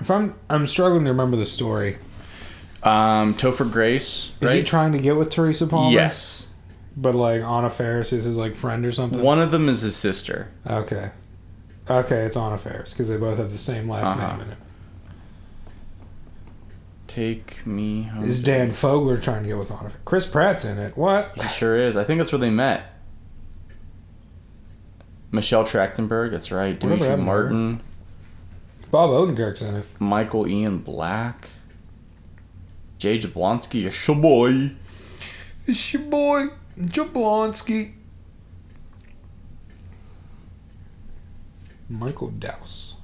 If I'm I'm struggling to remember the story. Um, Topher Grace, Is he right? trying to get with Teresa Palmer? yes. But like Anna Faris is his like friend or something. One of them is his sister. Okay. Okay, it's Anna Faris because they both have the same last Uh-huh. name in it. Take me home. Is Dan Fogler trying to get with Anna? Faris? Chris Pratt's in it. What? He sure is. I think that's where they met. Michelle Trachtenberg, that's right. Whatever Dimitri happened to her? Martin, Bob Odenkirk's in it. Michael Ian Black, Jay Jablonski, it's your boy. It's your boy Jablonski. Michael Douse.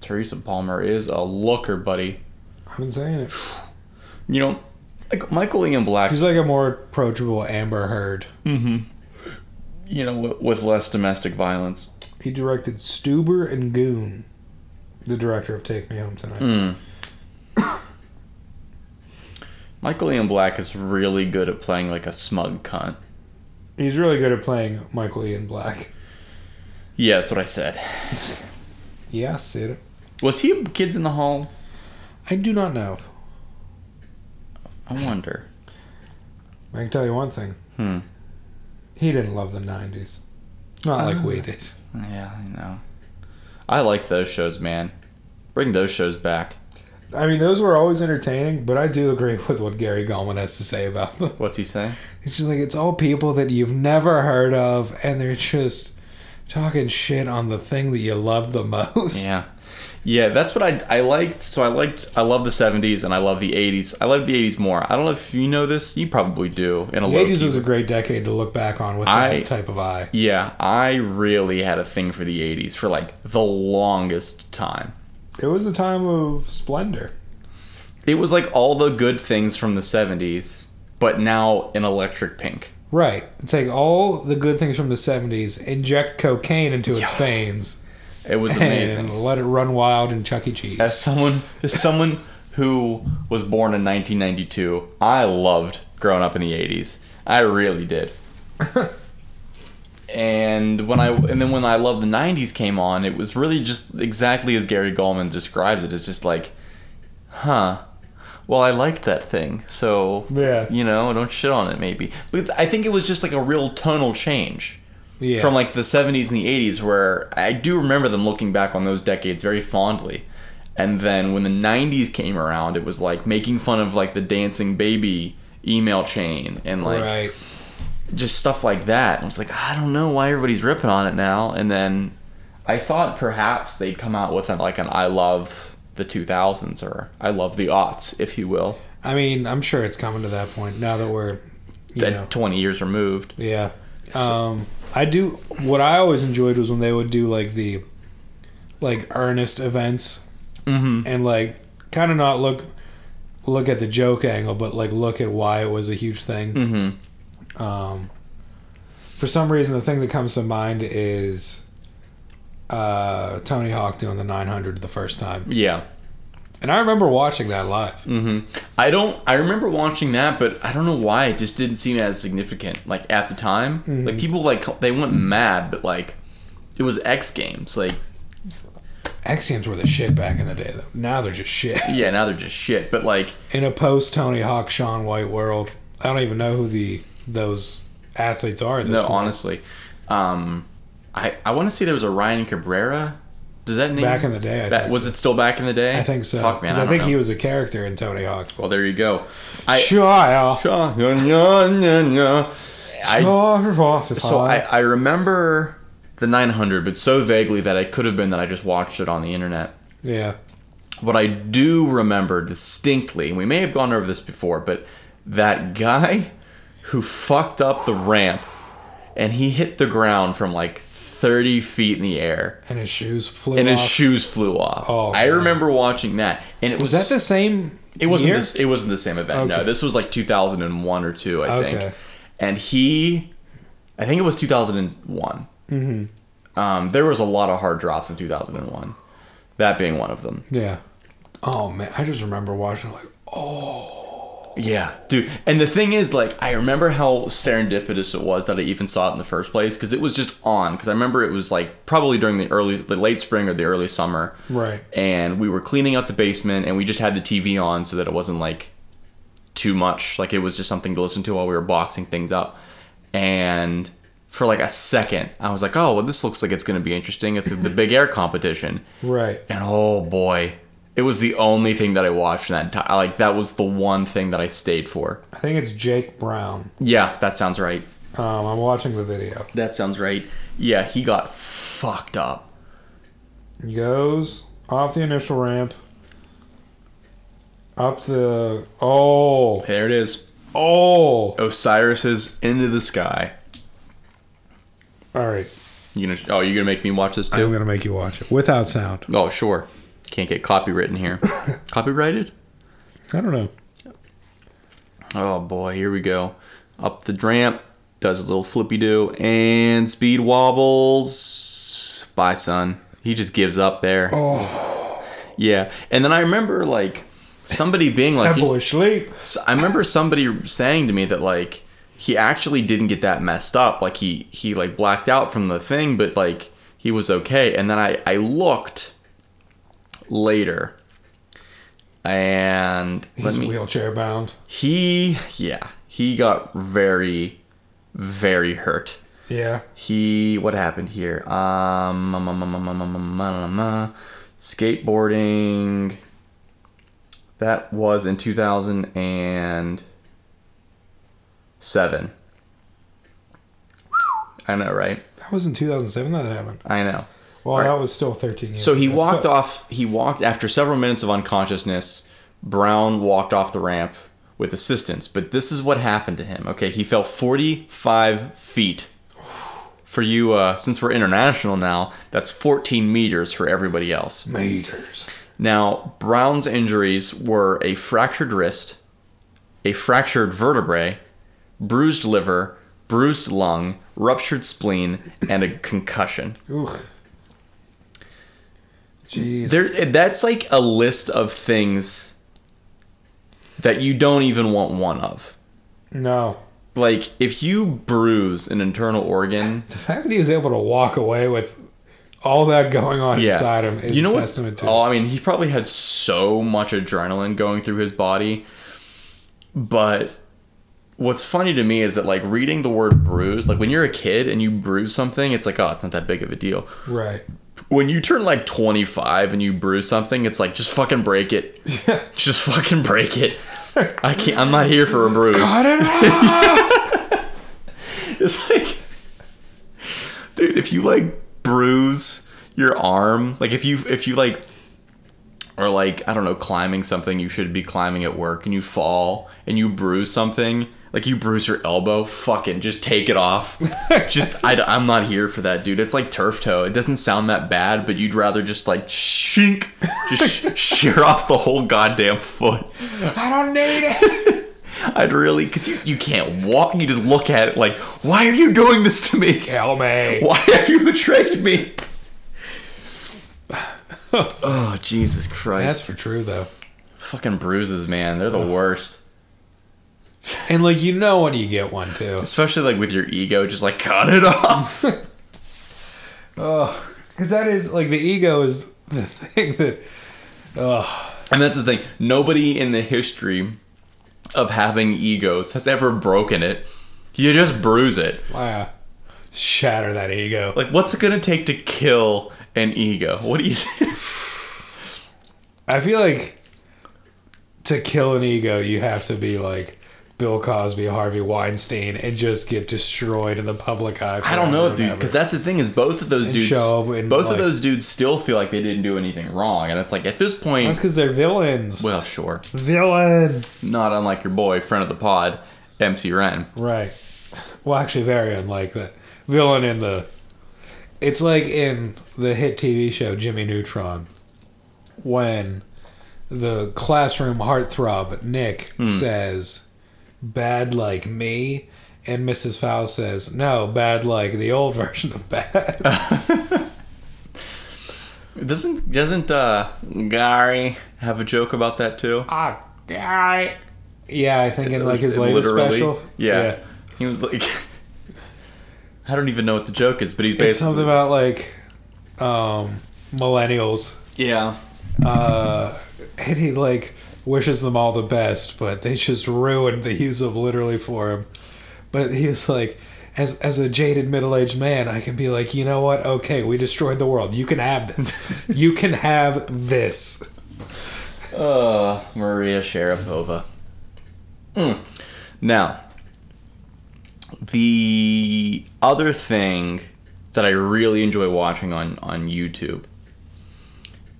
Teresa Palmer is a looker, buddy. I've been saying it. You know, like Michael Ian Black's, He's like a more approachable Amber Heard. you know, with, with less domestic violence. He directed Stuber and Goon, the director of Take Me Home Tonight. Mm. Michael Ian Black is really good at playing like a smug cunt. He's really good at playing Michael Ian Black. Yeah, that's what I said. Yeah, I said it. Was he Kids in the Hall? I do not know. I wonder. I can tell you one thing. Hmm. He didn't love the 90s. Not like we did. Yeah, I know. I like those shows, man. Bring those shows back. I mean, those were always entertaining, but I do agree with what Gary Goldman has to say about them. What's he say? It's just like it's all people that you've never heard of, and they're just talking shit on the thing that you love the most. Yeah. Yeah, that's what I, I liked. So I liked, I love the 70s and I love the 80s. I love the 80s more. I don't know if you know this. You probably do. In a The low 80s key was a great decade to look back on with that I- type of eye. Yeah, I really had a thing for the 80s for like the longest time. It was a time of splendor. It was like all the good things from the 70s, but now in electric pink. Right. Take all the good things from the 70s, inject cocaine into its veins, It was amazing. and let it run wild in Chuck E. Cheese. As someone, as someone who was born in 1992, I loved growing up in the 80s. I really did. and when I and then when I love the 90s came on, it was really just exactly as Gary Goldman describes it. It's just like, huh. Well, I liked that thing, so Yeah. you know, don't shit on it. Maybe, but I think it was just like a real tonal change yeah. from like the 70s and the 80s where I do remember them looking back on those decades very fondly. And then when the 90s came around, it was like making fun of like the dancing baby email chain and like right. just stuff like that. And I was like, I don't know why everybody's ripping on it now. And then I thought perhaps they'd come out with like an I love the 2000s or I love the aughts, if you will, I mean, I'm sure it's coming to that point now that we're, you that know, 20 years removed. Yeah. Um, I do. What I always enjoyed was when they would do like the, like earnest events, Mhm. and like kind of not look, look at the joke angle, but like look at why it was a huge thing. Mm-hmm. Um, for some reason, the thing that comes to mind is, uh, Tony Hawk doing the 900 the first time, Yeah. and I remember watching that live. hmm I don't. I remember watching that, but I don't know why it just didn't seem as significant. Like at the time, Mm-hmm. like people like they went mad, but like it was X Games. Like X Games were the shit back in the day, though. Now they're just shit. yeah, now they're just shit. But like in a post Tony Hawk Sean White world. I don't even know who the those athletes are. At this no, point. honestly, um, I I want to say there was a Ryan Cabrera. Does that name Back in the day, I that think was it still back in the day? I think so. Fuck man, 'Cause I, I, don't think know. he was a character in Tony Hawk. Well, there you go. I. Sure, Cha- yeah, yeah, yeah, yeah. I so so I, I remember the 900, but so vaguely that it could have been that I just watched it on the internet. yeah, What I do remember distinctly, and we may have gone over this before, but that guy who fucked up the ramp and he hit the ground from like 30 feet in the air and his shoes flew and his off. shoes flew off. Oh, I man. remember watching that, and it was, was that the same? It wasn't year? this. It wasn't the same event. No, Okay. this was like 2001 or two, I Okay. think. And he, I think it was 2001. Mm-hmm. Um, there was a lot of hard drops in 2001. That being one of them. Yeah. Oh man, I just remember watching like Yeah, dude. And the thing is, like, I remember how serendipitous it was that I even saw it in the first place because it was just on. Because I remember it was like probably during the early, the late spring or the early summer. Right. And we were cleaning out the basement, and we just had the TV on so that it wasn't like too much. Like it was just something to listen to while we were boxing things up. And for like a second, I was like, "Oh, well, this looks like it's going to be interesting. It's the big air competition." right. And oh boy, it was the only thing that I watched in that entire. Like that was the one thing that I stayed for. I think it's Jake Brown. Yeah, that sounds right. Um, I'm watching the video. That sounds right. Yeah, he got fucked up. He goes off the initial ramp, up the oh There it is. oh. Osiris's Into the Sky. All right, You gonna? Oh, you're gonna make me watch this I'm too? gonna make you watch it without sound. Oh, sure. Can't get copywritten here. Copyrighted? I don't know. Oh boy, here we go. Up the ramp, does his little flippy do, and speed wobbles. Bye, son. He just gives up there. Oh. Yeah, and then I remember like somebody being like, That boy sleep. I remember somebody saying to me that like he actually didn't get that messed up. Like he he like blacked out from the thing, but like he was okay. And then I I looked later, and let He's me wheelchair bound. he yeah he got very very hurt Yeah. he what happened here um um, um, um, um, um, um, um, um, um, skateboarding that was in 2007 i know right That was in 2007 that happened. i know Well, All right. that was still 13 years. so he ago. walked off. He walked after several minutes of unconsciousness. Brown walked off the ramp with assistance, but this is what happened to him. Okay, he fell 45 feet. For you, uh, since we're international now, that's 14 meters for everybody else. Meters. Now, Brown's injuries were a fractured wrist, a fractured vertebrae, bruised liver, bruised lung, ruptured spleen, and a concussion. Oof. Jeez. There, that's like a list of things that you don't even want one of. No. Like, if you bruise an internal organ, The fact that he was able to walk away with all that going on yeah, inside him is you know a what? testament to oh, I mean, he probably had so much adrenaline going through his body. But what's funny to me is that, like, reading the word bruise, like when you're a kid and you bruise something, it's like, oh, it's not that big of a deal. right. when you turn like 25 and you brew something, it's like just fucking break it. just fucking break it. I can't. I'm not here for a bruise. Cut it off! It's like, dude, if you like bruise your arm, like if you if you like, or like I don't know, climbing something you should be climbing at work, and you fall and you bruise something, like you bruise your elbow, fucking just take it off. just I, am not here for that, dude. It's like turf toe. It doesn't sound that bad, but you'd rather just like shink, just sh- shear off the whole goddamn foot. I don't need it! I'd really, because you, you can't walk. You just look at it like, why are you doing this to me? Kill me! Why have you betrayed me? oh, Jesus Christ. That's for true, though. Fucking bruises, man. They're the worst. And, like, you know when you get one, too. Especially like with your ego, just like cut it off. Because that is, like, the ego is the thing that. and that's the thing. Nobody in the history of having egos has ever broken it. You just bruise it. Wow. Shatter that ego. Like, what's it gonna take to kill an ego? What do you? I feel like to kill an ego, you have to be like Bill Cosby, Harvey Weinstein, and just get destroyed in the public eye. I don't know, forever dude, and because ever. that's the thing is both of those And dudes, show up and, both like- of those dudes still feel like they didn't do anything wrong, and it's like at this point, that's because they're villains. well, sure, Villain. not unlike your boy, friend of the pod, MC Ren. Right. Well, actually, very unlike that villain in the. It's like in the hit TV show Jimmy Neutron, when the classroom heartthrob Nick Hmm. says, "Bad like me," and Mrs. Fowl says, "No, bad like the old version of bad." Doesn't doesn't uh, Gary have a joke about that too? ah, die. Yeah, I think in like his It latest literally- special. Yeah. He was like, I don't even know what the joke is, but he's basically it's something about like um, millennials yeah. uh, and he like wishes them all the best, but they just ruined the use of literally for him. But he was like, as as a jaded middle aged man, I can be like, you know what? Okay, we destroyed the world. You can have this. you can have this. Uh, Maria Sharapova. Mm. Now, the other thing that I really enjoy watching on on YouTube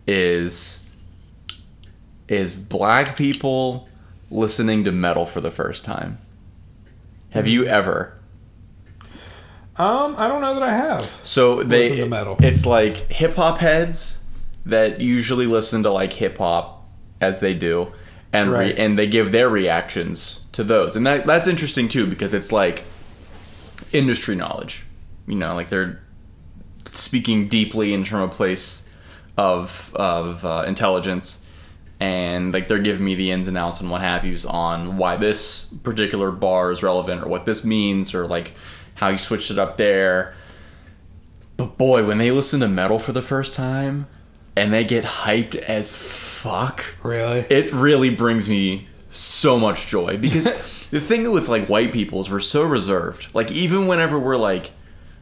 is is black people listening to metal for the first time. Have you ever? Um, I don't know that I have. So they Listen to metal. It's like hip hop heads that usually listen to like hip hop as they do, and re- Right. and they give their reactions to those, and that that's interesting too because it's like industry knowledge, you know, like they're speaking deeply and from a place of of uh, intelligence. And like they're giving me the ins and outs and what have yous on why this particular bar is relevant or what this means or like how you switched it up there but boy, when they listen to metal for the first time and they get hyped as fuck, Really? it really brings me so much joy because the thing with like white people is we're so reserved. Like even whenever we're like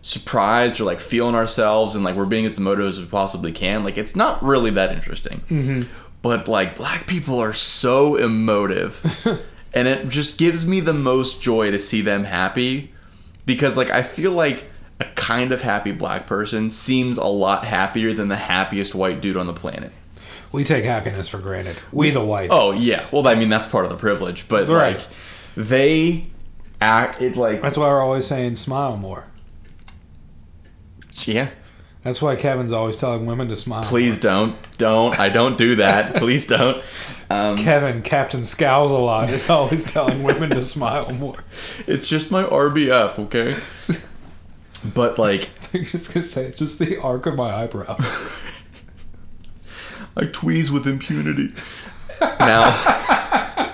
surprised or like feeling ourselves and like we're being as emotive as we possibly can, like it's not really that interesting. But like black people are so emotive, and it just gives me the most joy to see them happy because like I feel like a kind of happy black person seems a lot happier than the happiest white dude on the planet. We take happiness for granted. We the whites. Oh yeah. Well, I mean that's part of the privilege, but Right. like they act it like that's why we're always saying smile more. yeah. That's why Kevin's always telling women to smile. Please don't, don't. I don't do that. Please don't. Kevin, Captain Scowls a lot, is always telling women to smile more. It's just my RBF, okay? But like They're just gonna say it's just the arc of my eyebrow. I tweeze with impunity. Now.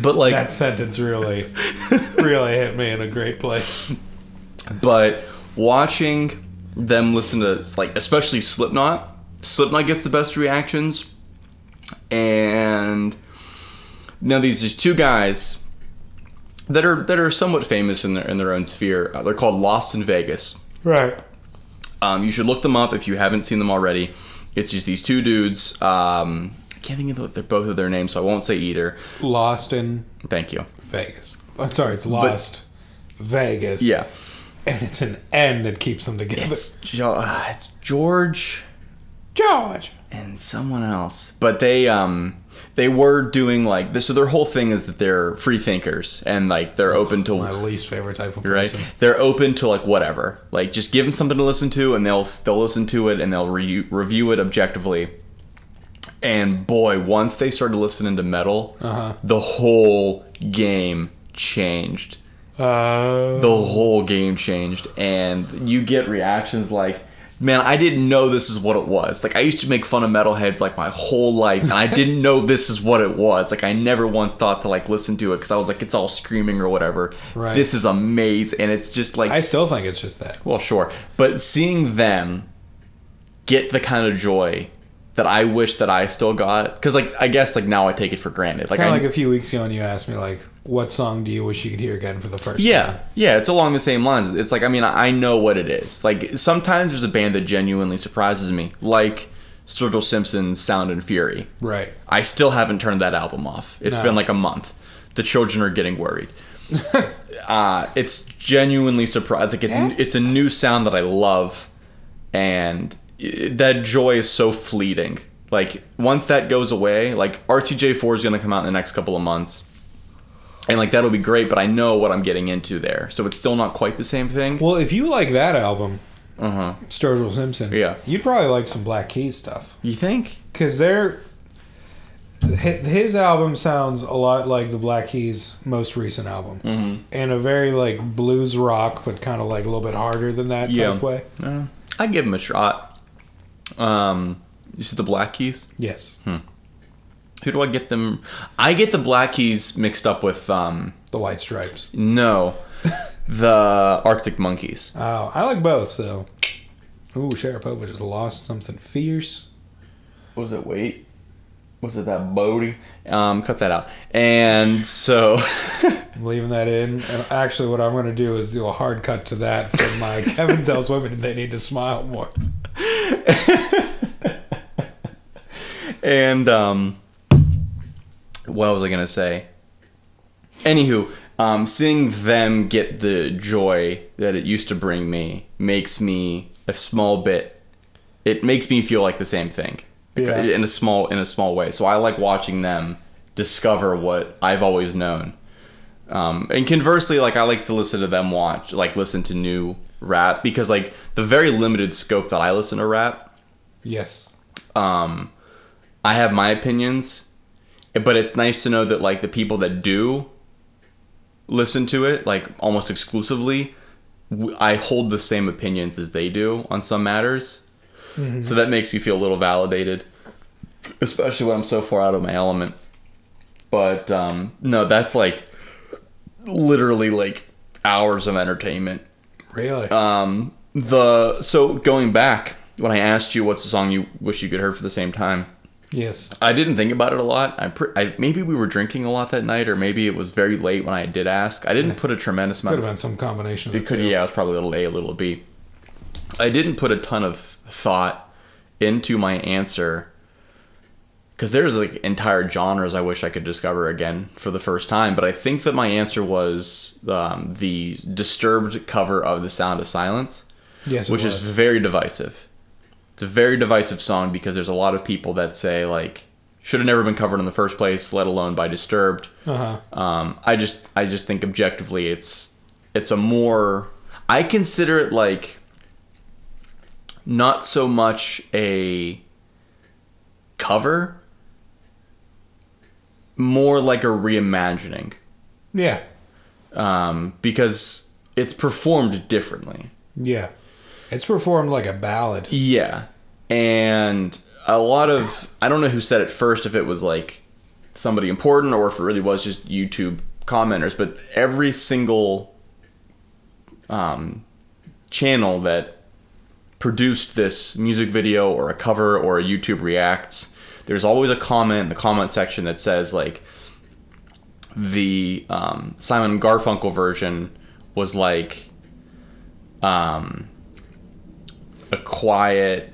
But like that sentence really really hit me in a great place but watching them listen to like especially Slipknot, Slipknot gets the best reactions, and now these these two guys that are that are somewhat famous in their in their own sphere. Uh, they're called Lost in Vegas. right Um, you should look them up if you haven't seen them already. It's just these two dudes. Um, I can't think of the, they're both of their names, so I won't say either. lost in Thank you. vegas i'm sorry it's lost vegas Yeah, and it's an end that keeps them together it's, jo- uh, it's George. george and someone else. But they um they were doing like this so their whole thing is that they're free thinkers and like they're open to Oh, my least favorite type of right? person They're open to like whatever. Like just give them something to listen to, and they'll they'll listen to it and they'll re- review it objectively. And boy, once they started listening to metal, Uh-huh. the whole game changed uh, the whole game changed and you get reactions like man i didn't know this is what it was like i used to make fun of metalheads like my whole life and i didn't know this is what it was like i never once thought to like listen to it because i was like it's all screaming or whatever Right. this is a maze and it's just like i still think it's just that well sure but seeing them get the kind of joy that i wish that i still got because like i guess like now i take it for granted like, I, kind of like a few weeks ago and you asked me like what song do you wish you could hear again for the first Yeah, time yeah, it's along the same lines. It's like I mean, I know what it is. Like sometimes there's a band that genuinely surprises me, like Sturgill Simpson's Sound and Fury. Right. I still haven't turned that album off. It's No. been like a month. The children are getting worried. uh, it's genuinely surprised. Like it's, it's a new sound that I love, and i that joy is so fleeting. Like once that goes away, like RTJ four is gonna come out in the next couple of months, and like that'll be great. But I know what I'm getting into there, so it's still not quite the same thing. Well, if you like that album, Uh huh. Sturgill Simpson, Yeah. you'd probably like some Black Keys stuff You think? because they're hi- his album sounds a lot like the Black Keys' most recent album, mm-hmm. in a very like blues rock, but kind of like a little bit harder than that Yeah. type way. Uh, I give him a shot. Um, you see the Black Keys. Yes, Who do I get them? I get the Black Keys mixed up with um the White Stripes. no, the Arctic Monkeys. Oh, I like both. So, ooh, Sharapova just lost something fierce. Was it wait? Was it that Bodie? Um, cut that out. And so I'm leaving that in. And actually, what I'm going to do is do a hard cut to that for my Kevin tells women they need to smile more. and um, what was I gonna say? Anywho, um, seeing them get the joy that it used to bring me makes me a small bit. It makes me feel like the same thing, Yeah. in a small in a small way. So I like watching them discover what I've always known. Um, and conversely, like I like to listen to them watch, like listen to new rap because like the very limited scope that I listen to rap Yes. um, I have my opinions, but it's nice to know that like the people that do listen to it, like almost exclusively, w- I hold the same opinions as they do on some matters. So that makes me feel a little validated, especially when I'm so far out of my element. But um, no, that's like literally like hours of entertainment Really? um, the so going back when I asked you what's the song you wish you could hear for the same time, yes. I didn't think about it a lot. I, pre- I maybe we were drinking a lot that night, or maybe it was very late when I did ask. I didn't put a tremendous Could amount. have of been some combination of the It could, two. yeah, it was probably a little A, a little B. I didn't put a ton of thought into my answer because there's like entire genres I wish I could discover again for the first time. But I think that my answer was um, the disturbed cover of "The Sound of Silence." Yes, e- which it is was. very divisive. It's a very divisive song because there's a lot of people that say like should have never been covered in the first place, let alone by Disturbed. Uh-huh. Um, I just I just think objectively it's it's a more I consider it like not so much a cover, more like a reimagining Yeah. um, because it's performed differently. Yeah. It's performed like a ballad. Yeah. And a lot of I don't know who said it first if it was like somebody important or if it really was just YouTube commenters, but every single um channel that produced this music video or a cover or a YouTube reacts, there's always a comment in the comment section that says like the um, Simon and Garfunkel version was like um, a quiet,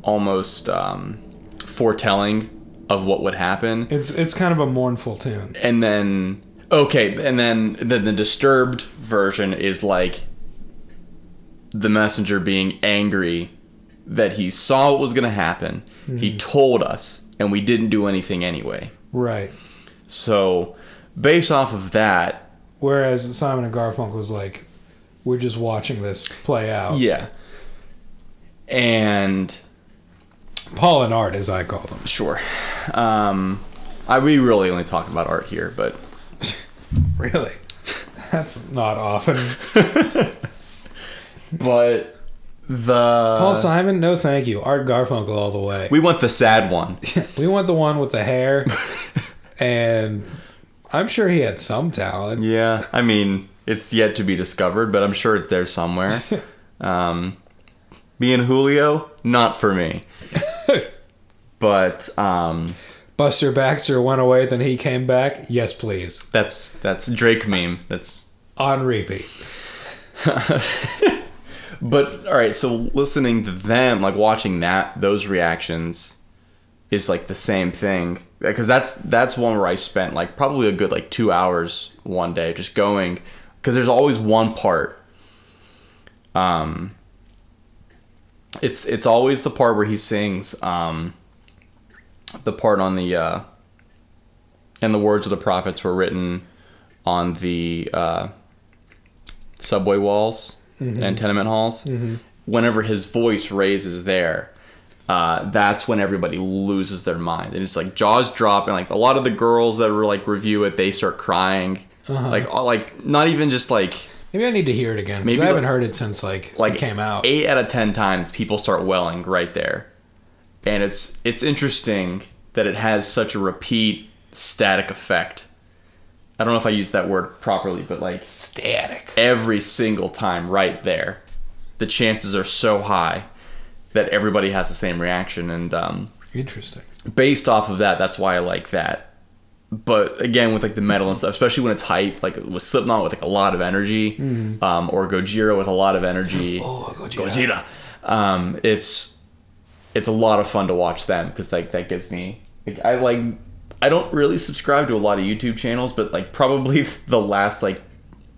almost um, foretelling of what would happen, It's it's kind of a mournful tune. and then okay, and then then the disturbed version is like the messenger being angry that he saw what was going to happen. He told us, and we didn't do anything anyway. Right. So, based off of that, Whereas Simon and Garfunkel was like, we're just watching this play out. Yeah. And Paul and Art, as I call them. sure. Um I we really only talk about art here, but Really? That's not often. but the Paul Simon, no thank you. Art Garfunkel all the way. we want the sad one. We want the one with the hair, and I'm sure he had some talent. yeah. I mean, it's yet to be discovered, but I'm sure it's there somewhere. um being Julio, not for me. but um Buster Baxter went away, then he came back. Yes, please. that's that's Drake meme. That's On repeat. But all right, so listening to them, like watching that, those reactions, is like the same thing because that's that's one where I spent like probably a good like two hours one day just going because there's always one part. Um, it's it's always the part where he sings, um, the part on the, uh, and the words of the prophets were written on the uh, subway walls Mm-hmm. and tenement halls. Whenever his voice raises there, uh, that's when everybody loses their mind and it's like jaws drop and like a lot of the girls that were like review it, they start crying. Uh-huh. Like all, like not even just like Maybe I need to hear it again. Maybe Maybe I haven't like- heard it since like, like it came out. eight out of ten times people start welling right there, and it's it's interesting that it has such a repeat static effect. I don't know if I used that word properly, but like Static. every single time right there. The chances are so high that everybody has the same reaction, and um, Interesting. based off of that, that's why I like that. But again, with like the metal and stuff, especially when it's hype, like with Slipknot with like a lot of energy, um, or Gojira with a lot of energy, Oh, Gojira. Gojira, um, it's it's a lot of fun to watch them because like that gives me like I like I don't really subscribe to a lot of YouTube channels, but like probably the last like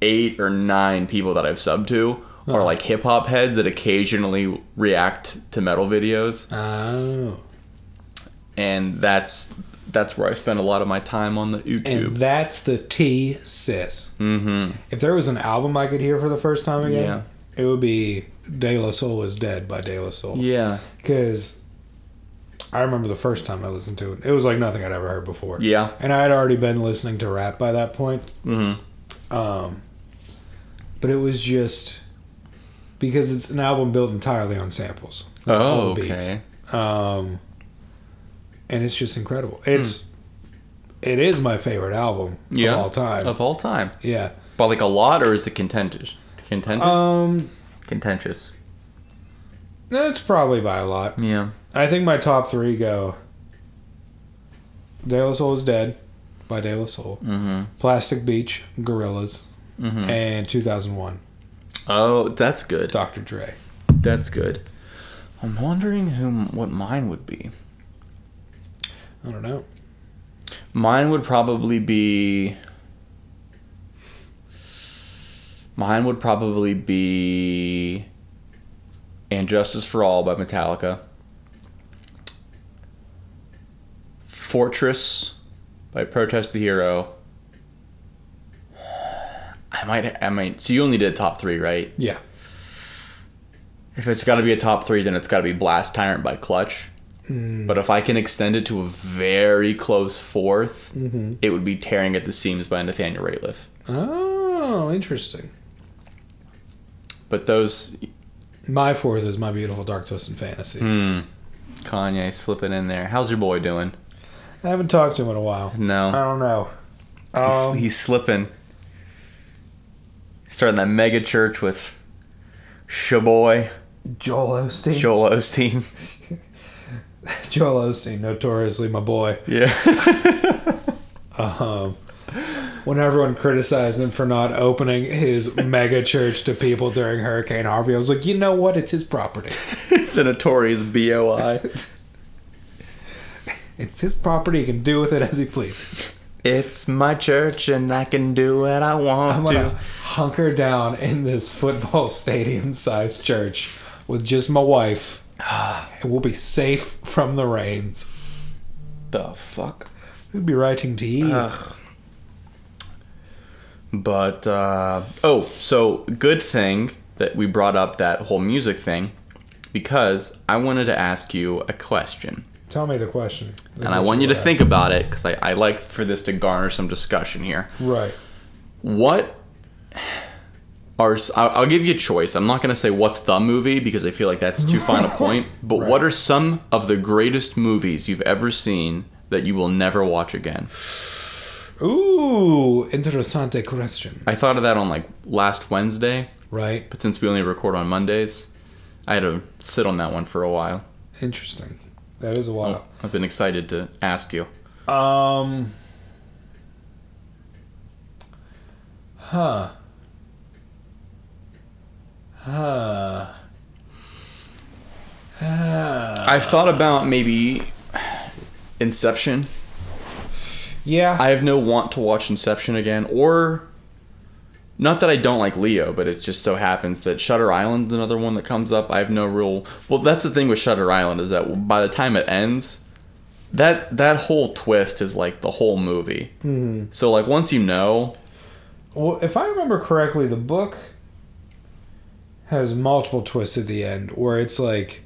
eight or nine people that I've subbed to Uh-huh. are like hip hop heads that occasionally react to metal videos Oh. and that's that's where I spend a lot of my time on the And YouTube. that's the T sis. Mm-hmm. If there was an album I could hear for the first time again, Yeah. it would be De La Soul is Dead by De La Soul. yeah, Because I remember the first time I listened to it, it was like nothing I'd ever heard before. yeah, And I had already been listening to rap by that point. Mhm. Um, but it was just because it's an album built entirely on samples. like all Oh, the beats. okay. Um, and it's just incredible. It's it is my favorite album Hmm. yeah, of all time. of all time. yeah. But like a lot, or is it contentious? Contentious. Um, contentious. that's probably by a lot. Yeah. I think my top three go De La Soul is Dead by De La Soul, Mm-hmm. Plastic Beach, Gorillas, Mm-hmm. and 2001, Oh, that's good. Dr. Dre. That's good. I'm wondering who what mine would be. I don't know. Mine would probably be. Mine would probably be. And Justice for All by Metallica. Fortress by Protest the Hero. I might. I might. So you only did top three, right? Yeah. If it's got to be a top three, then it's got to be Blast Tyrant by Clutch. Hmm. But if I can extend it to a very close 4th Mm-hmm. it would be Tearing at the Seams by Nathaniel Rateliff. Oh, interesting. But those My fourth is My Beautiful Dark Twisted Hmm. Fantasy. Kanye slipping in there. How's your boy doing? I haven't talked to him in a while. I No, don't know. he's, Um, he's slipping. Starting that mega church with Shaboy Joel Osteen. Joel Osteen. Joel Osteen, notoriously my boy. Yeah, Um, when everyone criticized him for not opening his mega church to people during Hurricane Harvey, I was like, you know what? It's his property. the notorious Boi. It's his property. He can do with it as he pleases. It's my church, and I can do what I want I'm to. gonna hunker down in this football stadium-sized church with just my wife, and we'll be safe from the rains. The fuck. We'll be writing to you. Ugh. But uh, oh, so good thing that we brought up that whole music thing because I wanted to ask you a question, Tell me the question, and I want you to think about it because I, I like for this to garner some discussion here. Right. What are s- I'll I'll give you a choice. I'm not going to say what's the movie because I feel like that's too fine a point. But Right. what are some of the greatest movies you've ever seen that you will never watch again? Ooh, interessante question. I thought of that on like last Wednesday. Right. but since we only record on Mondays, I had to sit on that one for a while. Interesting. That is a Oh, while. I've been excited to ask you. Um. Huh. Huh. Uh, I've thought about maybe Inception. Yeah. I have no want to watch Inception again, or not that I don't like Leo, but it just so happens that Shutter Island's another one that comes up. I have no real. Well, that's the thing with Shutter Island is that by the time it ends, that that whole twist is like the whole movie. Mm-hmm. So like once you know, Well, if I remember correctly, the book has multiple twists at the end where it's like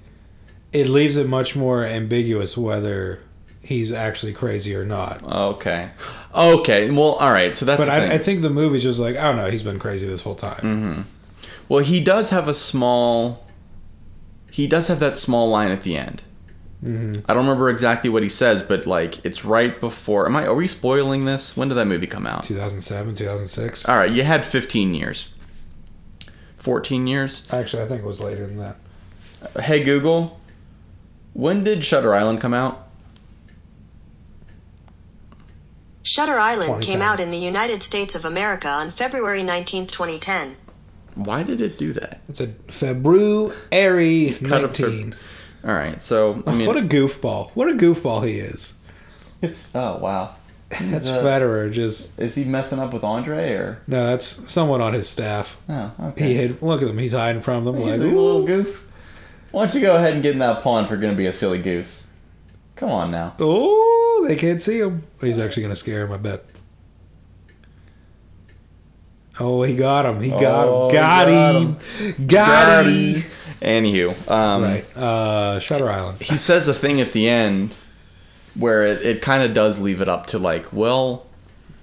it leaves it much more ambiguous whether he's actually crazy or not. okay, okay. Well, all right. So that's. but the thing. Mm. I, I think the movie's just like, oh no, he's been crazy this whole time. Well, he does have a small. He does have that small line at the end. Mm-hmm. I don't remember exactly what he says, but like it's right before. Am I? Are we spoiling this? When did that movie come out? 2007, 2006. All right, you had 15 years, 14 years. Actually, I think it was later than that. Hey Google, when did Shutter Island come out? Shutter Island came 2010. out in the United States of America on February 19, 2010. Why did it do that? It's a February Cut up for- 19. All right, so I mean, what a goofball. What a goofball he is. oh wow, That's Uh, Federer just is he messing up with Andre or no, that's someone on his staff. no? Okay, He hid, look at him, he's hiding from them He's like a little goof. Why don't you go ahead and get in that pond for gonna be a silly goose? Come on now. Oh, they can't see him. He's actually going to scare him, I bet. Oh, he got him. He got Oh, him. Got, got him. Got him. Anywho, um, Right. Uh, Shutter Island. he says a thing at the end where it, it kind of does leave it up to like, well,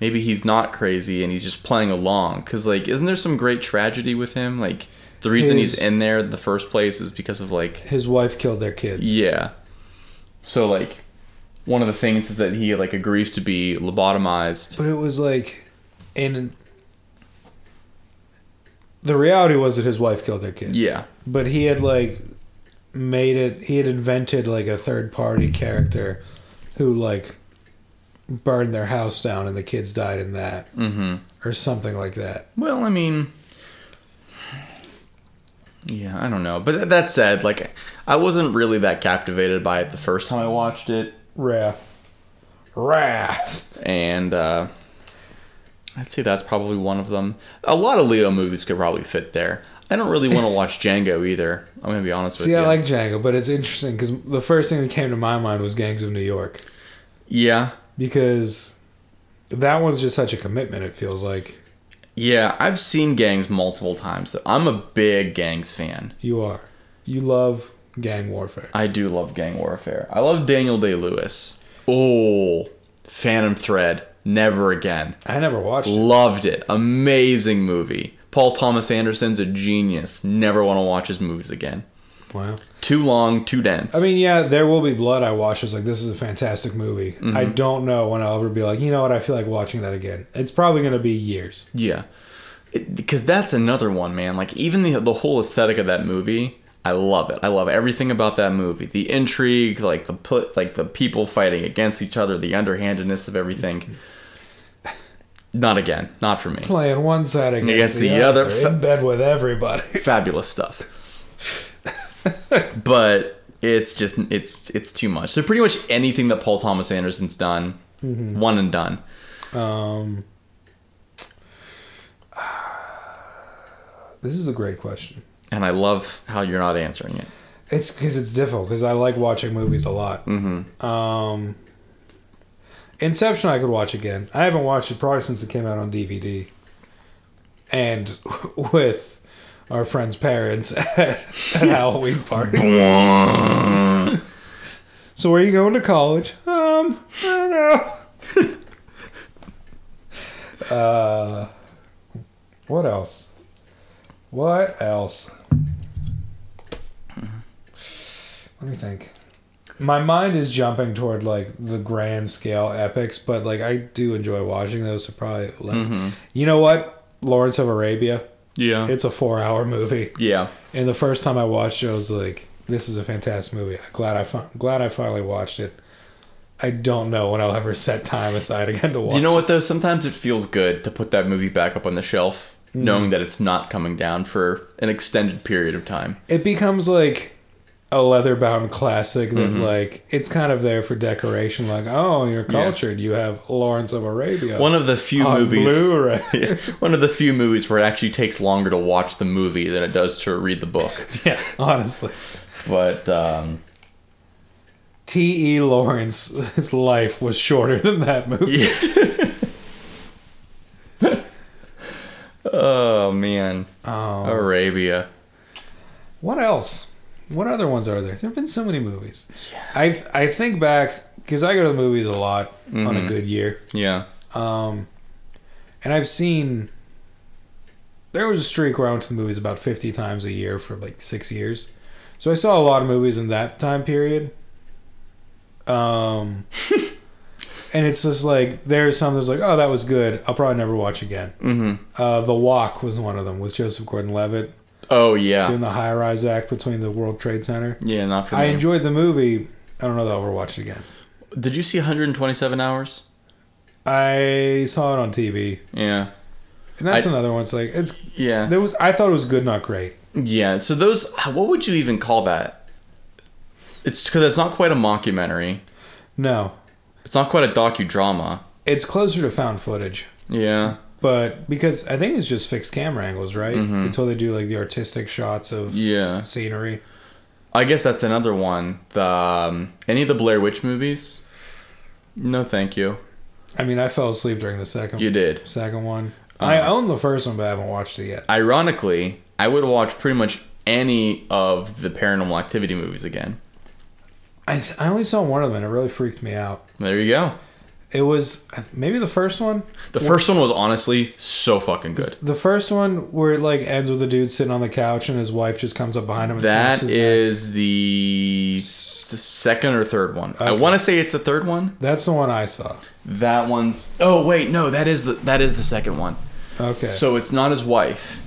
maybe he's not crazy and he's just playing along. Because like, isn't there some great tragedy with him? Like, the reason His- he's in there in the first place is because of like His wife killed their kids. yeah. So like, one of the things is that he like agrees to be lobotomized. But it was like, and the reality was that his wife killed their kids. Yeah. But he had like made it. He had invented like a third party character who like burned their house down and the kids died in that Mm-hmm. or something like that. Well, I mean, yeah, I don't know. But th- that said, like, I wasn't really that captivated by it the first time I watched it, Rah. Rah. and uh, I'd say that's probably one of them. A lot of Leo movies could probably fit there. I don't really want to watch Django either. I'm gonna be honest with See, you. I like Django, but it's interesting because the first thing that came to my mind was Gangs of New York yeah, because that one's just such a commitment. It feels like yeah. I've seen Gangs multiple times. Though. I'm a big Gangs fan. you are. You love gang warfare. I do love gang warfare. I love Daniel Day Lewis. Oh, Phantom Thread. Never again. I never watched it. Loved it. Amazing movie. Paul Thomas Anderson's a genius. Never want to watch his movies again. Wow. Too long, too dense. I mean, yeah, There Will Be Blood. I watched. I was like, this is a fantastic movie. I don't know when I'll ever be like, you know what? I feel like watching that again. It's probably going to be years. yeah, because that's another one, man. Like even the the whole aesthetic of that movie, I love it. I love everything about that movie. The intrigue, like the put, like the people fighting against each other, the underhandedness of everything. Not again. Not for me. Playing one side against, the, other, in bed with everybody. fabulous stuff. but it's just it's it's too much. So pretty much anything that Paul Thomas Anderson's done, one and done. Um, this is a great question. And I love how you're not answering it. It's because it's difficult because I like watching movies a lot. Mm-hmm. Um, Inception, I could watch again. I haven't watched it probably since it came out on DVD, and with our friends' parents at a Halloween party. so, where are you going to college? Um, I don't know. uh, what else? What else? Let me think. My mind is jumping toward like the grand scale epics, but like I do enjoy watching those, so probably less. Mm-hmm. You know what? Lawrence of Arabia. Yeah. It's a four hour movie, yeah. and the first time I watched it, I was like, "This is a fantastic movie. I'm glad I fin- glad I finally watched it." I don't know when I'll ever set time aside again to watch. You know it. what though? Sometimes it feels good to put that movie back up on the shelf, knowing that it's not coming down for an extended period of time. it becomes like a leather bound classic that Mm-hmm. like it's kind of there for decoration. Like, oh, you're cultured. You have Lawrence of Arabia One of the few on movies. Blu-ray. Yeah, one of the few movies where it actually takes longer to watch the movie than it does to read the book. yeah, honestly, But um, T. E. Lawrence's life was shorter than that movie. oh man, Arabia. What else? What other ones are there? There have been so many movies. I I think back because I go to the movies a lot on Mm-hmm. a good year, Yeah. Um, and I've seen. There was a streak where I went to the movies about fifty times a year for like six years, so I saw a lot of movies in that time period. Um, and it's just like there's some that's like, oh, that was good. I'll probably never watch again. Mm-hmm. Uh, the Walk was one of them with Joseph Gordon-Levitt Oh yeah. doing the high-rise act between the World Trade Center. Yeah, not for I me. enjoyed the movie. I don't know that I'll ever watch it again. Did you see 127 hours? I saw it on TV, Yeah. and that's I- another one. It's like it's Yeah. there was. I thought it was good, not great. Yeah. So those, what would you even call that? It's because it's not quite a mockumentary. No, It's not quite a docudrama. it's closer to found footage, Yeah. but because I think it's just fixed camera angles, right? Until they do like the artistic shots of Mm-hmm. Yeah. scenery. I guess that's another one. The um, any of the Blair Witch movies? No, thank you. I mean, I fell asleep during the second You Uh-huh. did. second one. I own the first one, but I haven't watched it yet. Ironically, I would watch pretty much any of the Paranormal Activity movies again. I th- I only saw one of them, and it really freaked me out. There you go. It was maybe the first one. The first one was honestly so fucking good. The first one where it like ends with a dude sitting on the couch and his wife just comes up behind him. And snaps That his is the s- the second or third one. I want to say it's the third one. neck. That's the one I saw. That one's Oh wait, no, that is the that is the second one. Okay. So it's not his wife.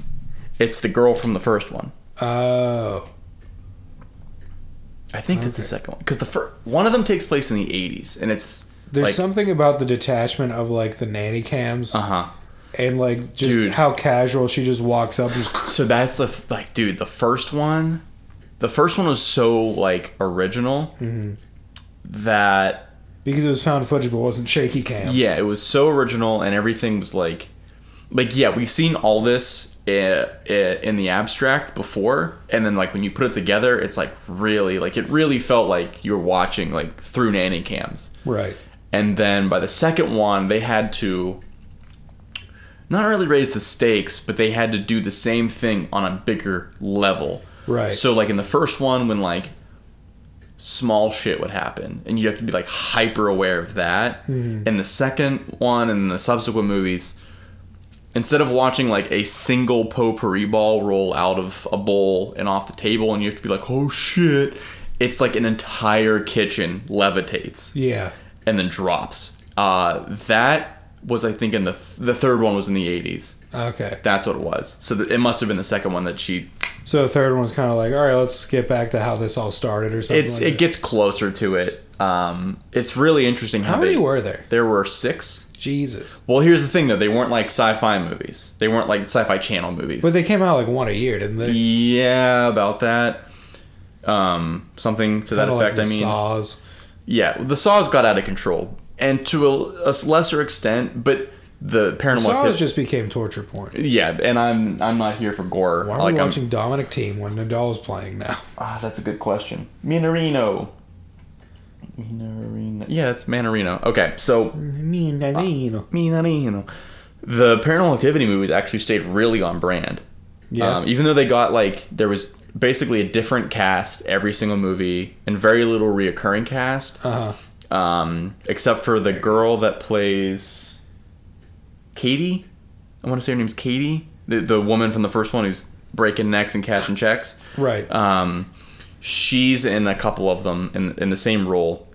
It's the girl from the first one. oh, I think that's the second one because the first one of them takes place in the '80s, and it's there's like, something about the detachment of like the nanny cams uh huh. and like just Dude. how casual she just walks up. And just, So that's the f- like, dude, the first one, the first one was so like original Mm-hmm. that because it was found footage, but wasn't shaky cam. yeah, it was so original, and everything was like, like yeah, we've seen all this i- i- in the abstract before, and then like when you put it together, it's like really like it really felt like you were watching like through nanny cams. Right. And then by the second one, they had to not really raise the stakes, but they had to do the same thing on a bigger level. Right. So, like in the first one, when like small shit would happen, and you have to be like hyper aware of that. In the second one and the subsequent movies, instead of watching like a single potpourri ball roll out of a bowl and off the table, and you have to be like, oh shit, it's like an entire kitchen levitates Yeah. and then drops. Uh, that was, I think, in the the third one was in the '80s. Okay. That's what it was. So th- it must have been the second one that she. So the third one's kind of like, all right, let's skip back to how this all started or something. It's like it gets closer to it. Um, it's really interesting how, How many they- were there? There were six. Jesus. Well, here's the thing though; they weren't like sci-fi movies. They weren't like sci-fi channel movies. But they came out like one a year, didn't they? yeah, about that. Um, something to that Kinda like effect. I the mean, Saws. yeah, the saws got out of control, and to a, a lesser extent, but the paranormal. Saws activity- just became torture porn. Yeah, and I'm I'm not here for gore. Why are like um, we I'm, watching Dominic Team when Nadal's playing now? ah, that's a good question. Minorino. Minorino. Yeah, it's Manorino. Okay, so Uh, Minorino. The Paranormal Activity movies actually stayed really on brand. Yeah. Um, even though they got like there was basically a different cast every single movie and very little reoccurring cast, uh huh. um, except for the girl that plays Katie. I want to say her name's Katie, the the woman from the first one who's breaking necks and cashing checks. Right. Um, she's in a couple of them in in the same role,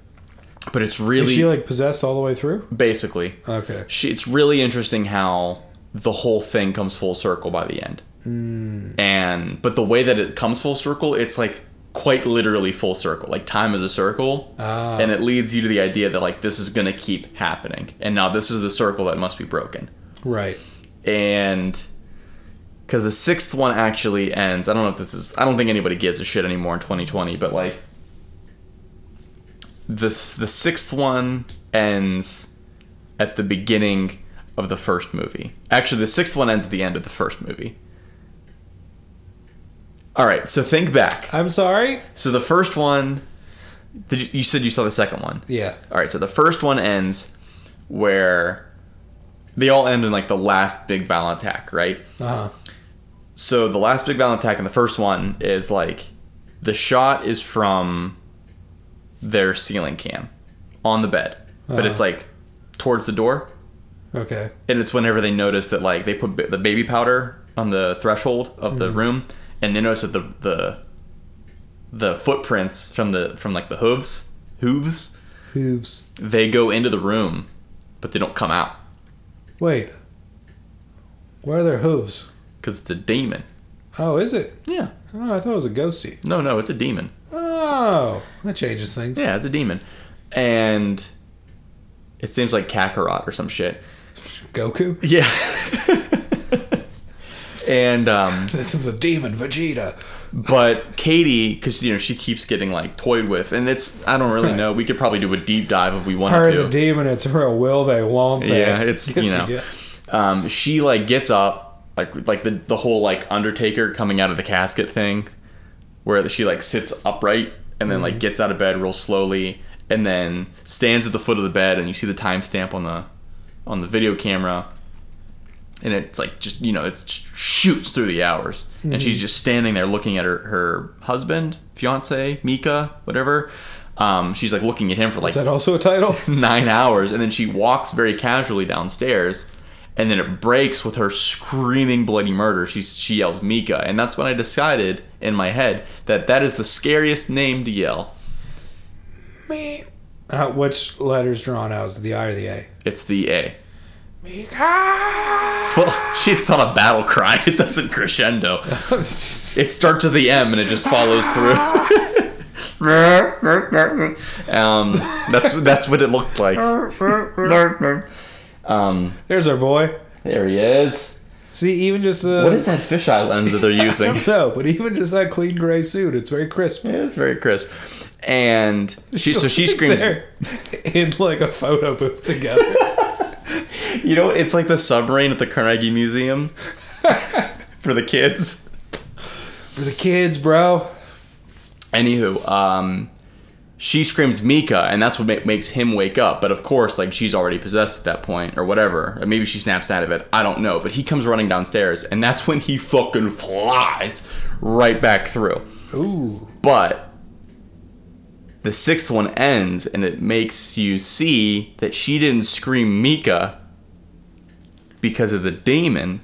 but it's Is really she like possessed all the way through? basically Okay. she, it's really interesting how the whole thing comes full circle by the end. Hmm. And but the way that it comes full circle, it's like quite literally full circle. Like time is a circle, Ah. and it leads you to the idea that like this is gonna keep happening, and now this is the circle that must be broken Right. and because the sixth one actually ends. I don't know if this is. I don't think anybody gives a shit anymore in 2020, but like the the sixth one ends at the beginning of the first movie. Actually, the sixth one ends at the end of the first movie. All right, so think back. I'm sorry. So the first one, did you, you said you saw the second one? Yeah. All right, so the first one ends where they all end in like the last big violent attack, right? Uh huh. So the last big violent attack in the first one is like the shot is from their ceiling cam on the bed, but it's like towards the door, Okay. and it's whenever they notice that like they put b- the baby powder on the threshold of the room, and they notice that the the the footprints from the from like the hooves hooves Hooves. they go into the room, but they don't come out Wait. Where are their hooves? because it's a demon. Oh, is it? Yeah. Oh, I thought it was a ghosty. No, no, it's a demon. Oh, that changes things. Yeah, it's a demon, and it seems like Kakarot or some shit. Goku. Yeah. and um, This is a demon Vegeta. but Katie, because you know she keeps getting like toyed with, and it's I don't really know. We could probably do a deep dive if we wanted Her to. the demon. It's real. Will they? Won't they? Yeah, it's you know, Yeah. um, she like gets up like like the the whole like Undertaker coming out of the casket thing, where she like sits upright and then Mm-hmm. like gets out of bed real slowly and then stands at the foot of the bed and you see the timestamp on the on the video camera and it's like just you know it shoots through the hours and Mm-hmm. she's just standing there looking at her her husband fiance mika whatever um, she's like looking at him for like Is that also a title? nine hours and then she walks very casually downstairs and then it breaks with her screaming bloody murder she, she yells mika and that's when i decided in my head that that is the scariest name to yell Me. Uh, which letter's drawn out? Is it the I or the A? it's the a Mika. well she, it's not a battle cry it doesn't crescendo it starts with the m and it just follows through um, that's that's what it looked like um, There's our boy. there he is See, even just uh, what is that fisheye lens that they're using No, but even just that clean gray suit, it's very crisp. It's very crisp. And she so she screams They're in like a photo booth together. You know, it's like the submarine at the Carnegie Museum for the kids. For the kids, bro. Anywho, um she screams Mika, and that's what ma- makes him wake up. But of course, like she's already possessed at that point, or whatever. Or maybe she snaps out of it. I don't know. But he comes running downstairs, and that's when he fucking flies right back through. Ooh. But the sixth one ends and it makes you see that she didn't scream Mika because of the demon.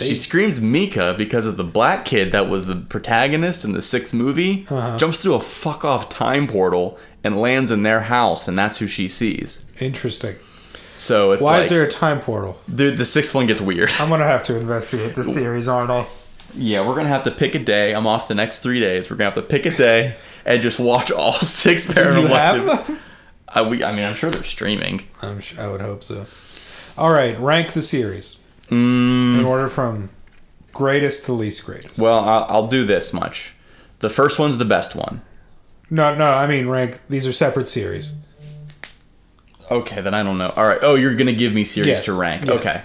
she screams Mika because of the black kid that was the protagonist in the sixth movie, Uh-huh. jumps through a fuck off time portal and lands in their house, and that's who she sees. Interesting. So it's Why like is there a time portal? the, the sixth one gets weird. I'm gonna have to investigate this series, aren't I? Yeah, we're gonna have to pick a day. I'm off the next three days. We're gonna have to pick a day and just watch all six You paranormal. Activity- have? them? I, we, I mean, I'm sure they're streaming. I'm sure, I would hope so. All right, rank the series in order from greatest to least greatest. Well, I'll, I'll do this much. The first one's the best one. No, no, I mean rank. These are separate series. Okay, then I don't know. All right. Oh, you're gonna give me series Yes, to rank. yes. Okay.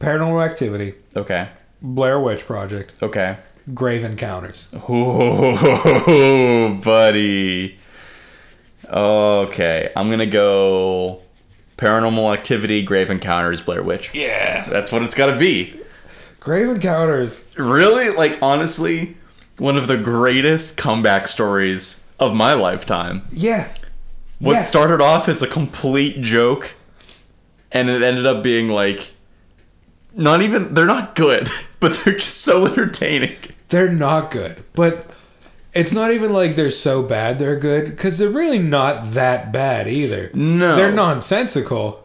Paranormal Activity, Okay. Blair Witch Project, Okay. Grave Encounters. Ooh, buddy. Okay, I'm gonna go. Paranormal Activity, Grave Encounters, Blair Witch. Yeah, that's what it's gotta be. Grave Encounters. really like honestly one of the greatest comeback stories of my lifetime Yeah. what Yeah. started off as a complete joke and it ended up being like not even they're not good but they're just so entertaining They're not good, but it's not even like they're so bad they're good because they're really not that bad either. No. they're nonsensical,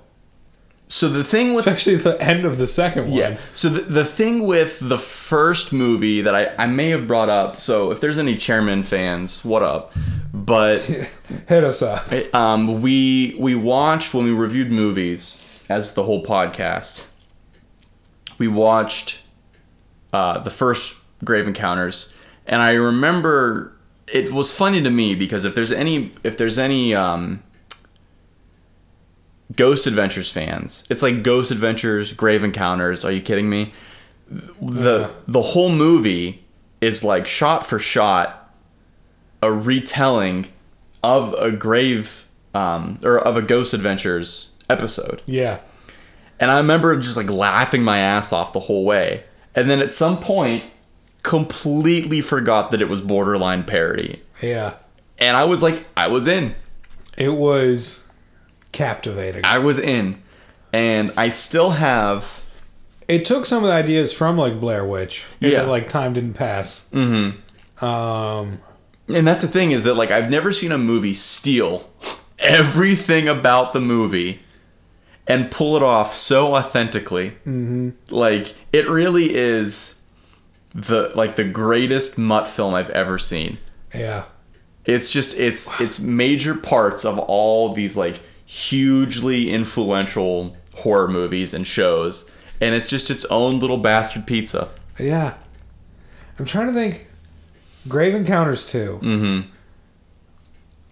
so the thing with especially the end of the second one. Yeah. So the, the thing with the first movie that I, I may have brought up, so if there's any Chairman fans, what up? But Hit us up. um, we we watched when we reviewed movies as the whole podcast. we watched uh, the first Grave Encounters, and I remember it was funny to me because if there's any if there's any um, Ghost Adventures fans, it's like Ghost Adventures, Grave Encounters. Are you kidding me? the the whole movie is like shot for shot a retelling of a grave um, or of a ghost adventures episode Yeah. and i remember just like laughing my ass off the whole way and then at some point completely forgot that it was borderline parody Yeah. and i was like i was in It was captivating. i was in and i still have It took some of the ideas from like Blair Witch. and Yeah. that, like time didn't pass. Mm-hmm. Um. And that's the thing is that like I've never seen a movie steal everything about the movie and pull it off so authentically. Mm-hmm. Like it really is the like the greatest mutt film I've ever seen. Yeah. It's just it's it's major parts of all these like hugely influential horror movies and shows, and it's just its own little bastard pizza. Yeah. I'm trying to think. Grave Encounters 2. Mm-hmm.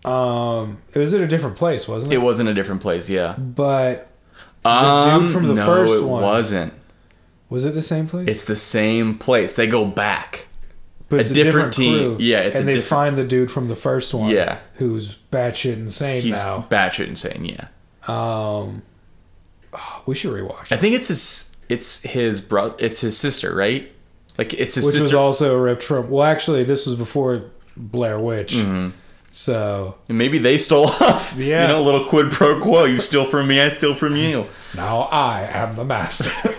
Um, it was at a different place, wasn't it? Mm-hmm. It was in a different place, yeah. but Um, from the no, first it one. wasn't. was it the same place? It's the same place. They go back. but a different team. Yeah, it's and a they different- find the dude from the first one. Yeah. Who's batshit insane He's now. batshit insane. Yeah, Um, oh, we should rewatch I it. think it's his. It's his brother. It's his sister, right? Like it's his Which was sister. also ripped from. Well, actually, this was before Blair Witch. Mm-hmm. So And Maybe they stole off. Yeah. you know, a little quid pro quo. You steal from me, I steal from you. now I am the master.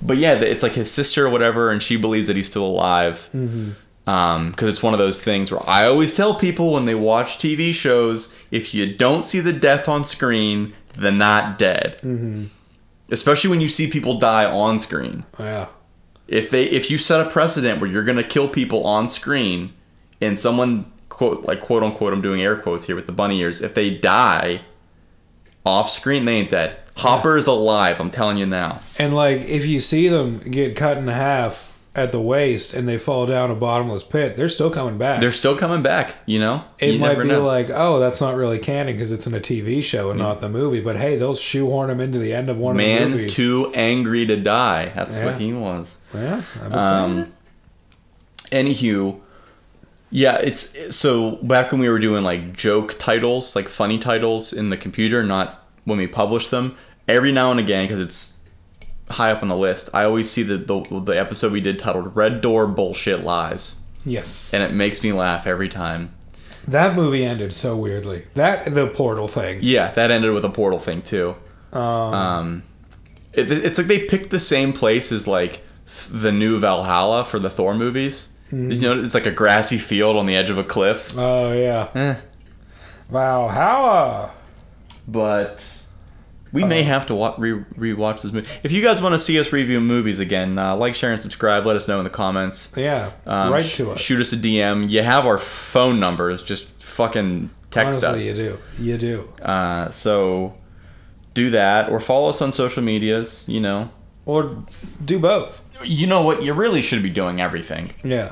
But yeah, it's like his sister or whatever, and she believes that he's still alive. Mm-hmm. Um, because it's one of those things where I always tell people when they watch TV shows, if you don't see the death on screen, they're not dead. Mm-hmm. Especially when you see people die on screen. yeah. if they if you set a precedent where you're going to kill people on screen and someone quote like quote unquote I'm doing air quotes here with the bunny ears if they die off screen they ain't dead Hopper is alive I'm telling you now And like, if you see them get cut in half at the waist and they fall down a bottomless pit, they're still coming back. they're still coming back you know it you might be like, oh, that's not really canon because it's in a TV show and not the movie. But hey, they'll shoehorn him into the end of one of the man movies. too angry to die that's Yeah. what he was Yeah, I've been saying it. um anywho yeah it's so back when we were doing like joke titles like funny titles in the computer not when we publish them every now and again because it's high up on the list i always see the, the the episode we did titled red door bullshit lies Yes, and it makes me laugh every time that movie ended so weirdly. That the portal thing. yeah that ended with a portal thing too Um, um it, it's like they picked the same place as like the new valhalla for the thor movies you know it's like a grassy field on the edge of a cliff oh yeah. Eh. uh, Valhalla. but we may Um, have to wa- re- rewatch this movie. If you guys want to see us review movies again, uh, like, share, and subscribe. Let us know in the comments. Yeah, Um, right sh- to us. Shoot us a DM. You have our phone numbers. Just fucking text Honestly, us. you do. You do. Uh, so do that or follow us on social medias. You know, Or do both. you know what? You really should be doing everything. Yeah,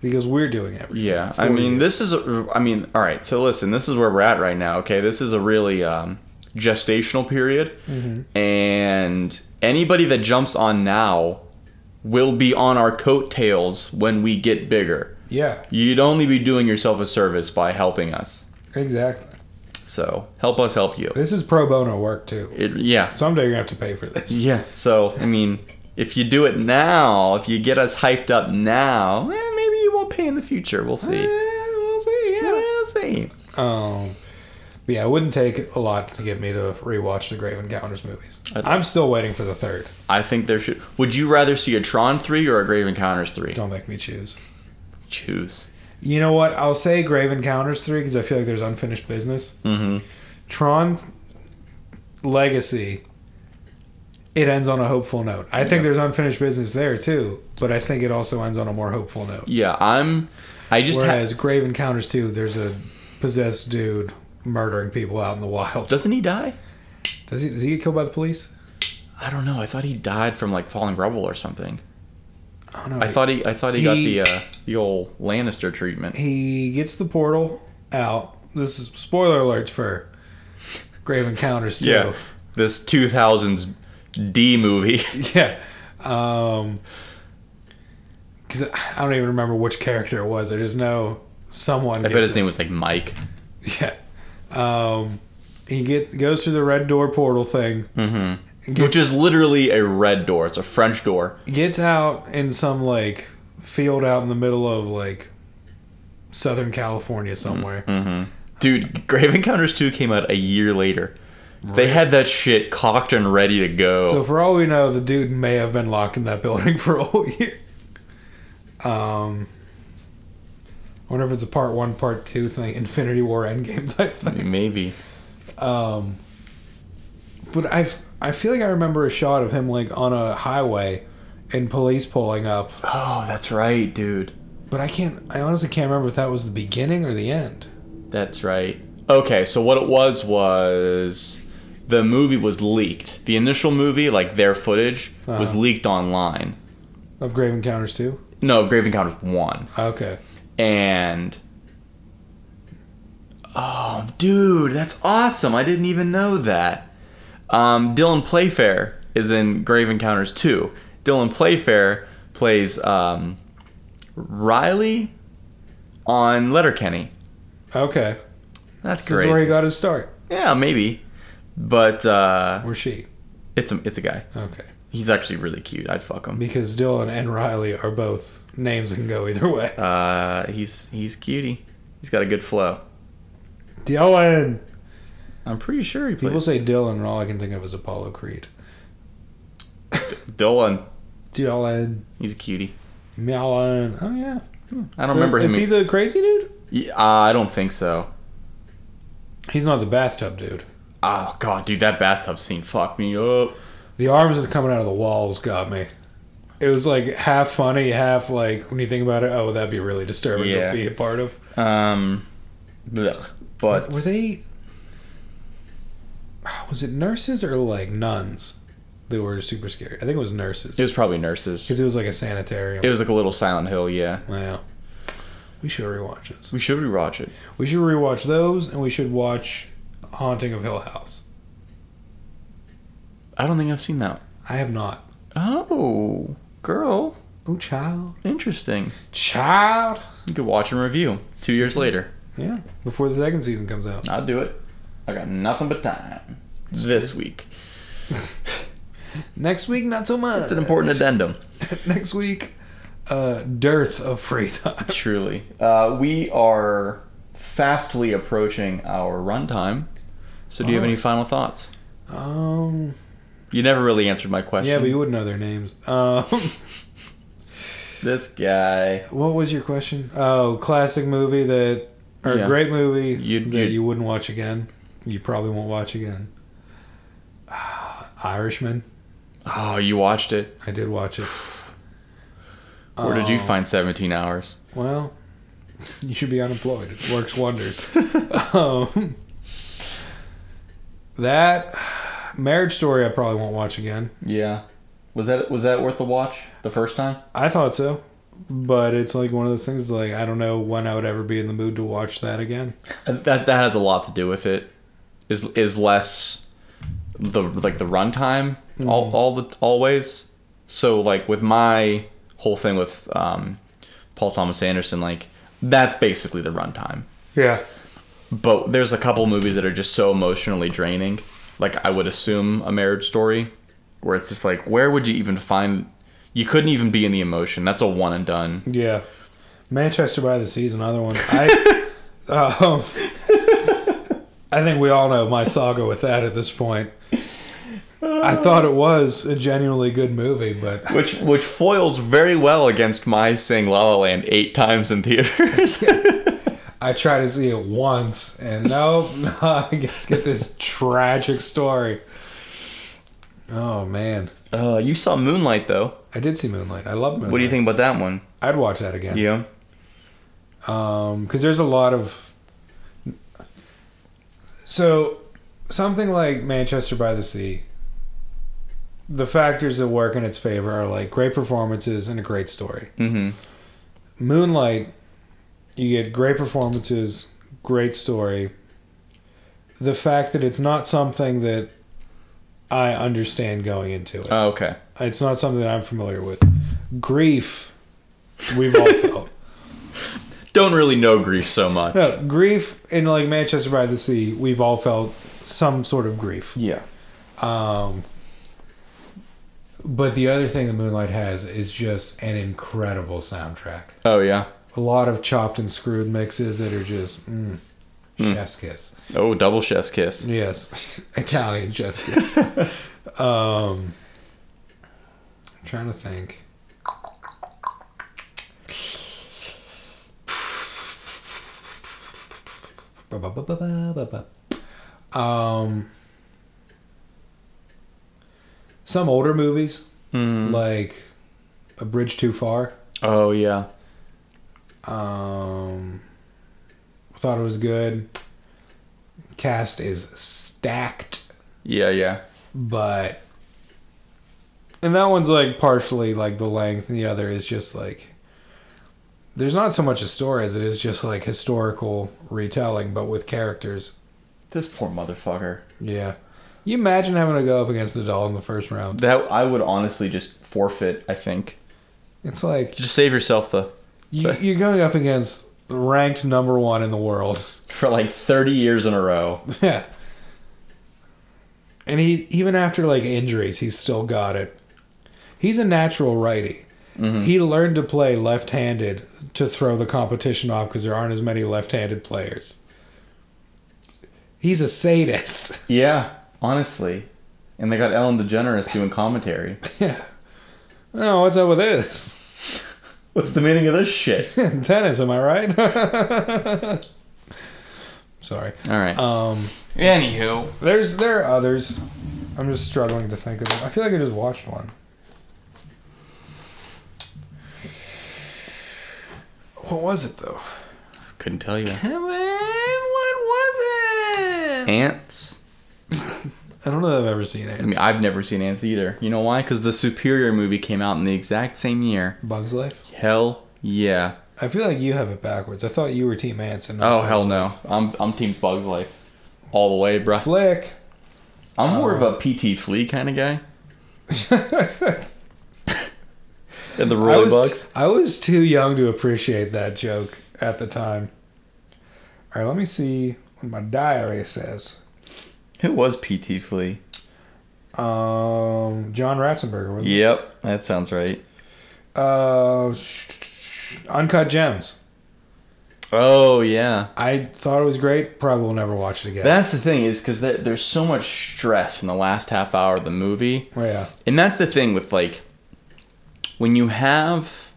because we're doing everything. Yeah, for I mean, you. this is. A, I mean, all right. So listen, this is where we're at right now. Okay, this is a really um, gestational period, and anybody that jumps on now will be on our coattails when we get bigger. Yeah, You'd only be doing yourself a service by helping us. exactly. So help us help you. This is pro bono work too. It, yeah, Someday you're gonna have to pay for this. yeah. So I mean, if you do it now, if you get us hyped up now, eh, maybe you won't pay in the future. We'll see. Uh, we'll see. We'll see. Um, but yeah, it wouldn't take a lot to get me to rewatch the Grave Encounters movies. I'm still waiting for the third. I think there should. Would you rather see a Tron three or a Grave Encounters three? Don't make me choose. Choose. You know what? I'll say Grave Encounters three because I feel like there's unfinished business. Mm-hmm. Tron Legacy. It ends on a hopeful note. I think there's unfinished business there too, but I think it also ends on a more hopeful note. Yeah, I'm. I just ha- Whereas Grave Encounters 2, there's a possessed dude murdering people out in the wild. doesn't he die? Does he, does he get killed by the police? I don't know. I thought he died from like falling rubble or something. Oh, no, I thought he, I thought he, got He- the uh, the old Lannister treatment. he gets the portal out. This is spoiler alert for Grave Encounters too. yeah, this two thousands D movie. Yeah. Um 'cause because I don't even remember which character it was. I just know someone. I gets bet his it. name was like Mike. Yeah. Um, he gets goes through the red door portal thing. Which is literally a red door. It's a French door. Gets out in some like field out in the middle of like Southern California somewhere. Mm-hmm. Dude, Grave Encounters 2 came out a year later. They had that shit cocked and ready to go. So for all we know, the dude may have been locked in that building for a whole year. Um, I wonder if it's a part one, part two thing, Infinity War Endgame type thing. Maybe. Um, but I I feel like I remember a shot of him like on a highway, and police pulling up. Oh, that's right, dude. But I can't. I honestly can't remember if that was the beginning or the end. That's right. Okay, so what it was was the movie was leaked. The initial movie, like their footage, was Uh-huh. leaked online. Of Grave Encounters 2? No, Grave Encounters 1. Okay. And. Oh, dude, that's awesome. I didn't even know that. Um, Dylan Playfair is in Grave Encounters 2. Dylan Playfair plays um, Riley on Letterkenny. Okay. That's This is where he great. got his start. Yeah, maybe. But uh, Or she. it's a it's a guy. Okay. He's actually really cute. I'd fuck him. Because Dylan and Riley are both names that can go either way. Uh, he's he's cutie. He's got a good flow. Dylan! I'm pretty sure he plays People say Dylan, and all I can think of is Apollo Creed. Dylan. Dylan. He's a cutie. Melon. Oh, yeah. I don't remember him. Is he the crazy dude? Yeah, uh, I don't think so. He's not the bathtub dude. Oh god, dude, that bathtub scene fucked me up. The arms that coming out of the walls got me. It was like half funny, half like, when you think about it, oh, that'd be really disturbing Yeah. to be a part of. Um, blech. but Were they? Was it nurses or like nuns that were super scary? I think it was nurses it was probably nurses. because it was like a sanitarium. It was like a little Silent Hill, yeah. wow. We should rewatch this. We should rewatch it. We should rewatch those, and we should watch Haunting of Hill House. I don't think I've seen that. I have not. Oh, girl, Oh, child, interesting. child. You could watch and review two years later. Yeah, before the second season comes out. I'll do it. I got nothing but time this week. Next week, not so much. It's an important addendum. Next week, uh, dearth of free time. Truly. Uh, we are fastly approaching our runtime. So, do you have any final thoughts? Um. You never really answered my question. Yeah, but you wouldn't know their names. Um. This guy. What was your question? Oh, classic movie that or Yeah. great movie You'd- that you'd- you wouldn't watch again. You probably won't watch again. Ah, Irishman. Oh, you watched it. I did watch it. Where did you find 17 hours? Well, you should be unemployed. It works wonders. um, that Marriage Story I probably won't watch again. Yeah. Was that was that worth the watch the first time? I thought so. But it's like one of those things like I don't know when I would ever be in the mood to watch that again. That that has a lot to do with it. Is is less the like the runtime all all the always. So like with my whole thing with um, Paul Thomas Anderson, like that's basically the runtime. Yeah. But there's a couple movies that are just so emotionally draining. Like I would assume a marriage story, where it's just like, where would you even find? You couldn't even be in the emotion. That's a one and done. Yeah, Manchester by the Sea's another one. I, um, I think we all know my saga with that at this point. I thought it was a genuinely good movie, but Which which foils very well against my saying La La Land eight times in theaters. I tried to see it once, and no, no, I guess get this tragic story. Oh man, uh, you saw Moonlight though. I did see Moonlight. I love Moonlight. What do you think about that one? I'd watch that again. Yeah. Um, 'cause because there's a lot of so something like manchester by the sea the factors that work in its favor are like great performances and a great story. Mm-hmm. Moonlight, you get great performances, great story. The fact that it's not something that I understand going into it. Oh, okay. It's not something that I'm familiar with. Grief, we've all felt. Don't really know grief so much. No, grief in like Manchester by the Sea, we've all felt some sort of grief. Yeah. But the other thing that Moonlight has is just an incredible soundtrack. Oh yeah. A lot of chopped and screwed mixes that are just mm, Chef's kiss. Oh, double chef's kiss. yes, Italian chef's kiss. um, I'm trying to think. Ba-ba-ba-ba-ba-ba. Um, some older movies like A Bridge Too Far. Oh yeah. Um, thought it was good. Cast is stacked, Yeah, yeah. but and that one's like partially like the length, and the other is just like there's not so much a story as it is just like historical retelling, but with characters. This poor motherfucker. Yeah, you imagine having to go up against the doll in the first round. That I would honestly just forfeit. I think. It's like Just save yourself the you, you're going up against ranked number one in the world. for like thirty years in a row. Yeah. And he even after like injuries, he's still got it. He's a natural righty. He learned to play left-handed to throw the competition off because there aren't as many left-handed players. He's a sadist. Yeah, honestly. And they got Ellen DeGeneres doing commentary. yeah. Oh, what's up with this? What's the meaning of this shit? Tennis, am I right? Sorry. All right. Um, Anywho, there's there are others. I'm just struggling to think of them. I feel like I just watched one. What was it though? couldn't tell you. What was it? Ants. I don't know that I've ever seen it. I mean, I've never seen ants either. You know why? Because the Superior movie came out in the exact same year. Bugs Life. Hell yeah. I feel like you have it backwards. I thought you were Team Ants and Oh not hell Bugs Life. no. I'm I'm Team Bugs Life, all the way, bruh. Flick. I'm more of a PT Flea kind of guy. and the I Roy was, Bugs. I was too young to appreciate that joke at the time. All right, let me see what my diary says. Who was PT Flea? Um, John Ratzenberger. wasn't it? Yep, that sounds right. Uh, sh- Uh, Uncut Gems. Oh yeah. I thought it was great. Probably will never watch it again. That's the thing is because there's so much stress in the last half hour of the movie, oh, yeah. and that's the thing with like when you have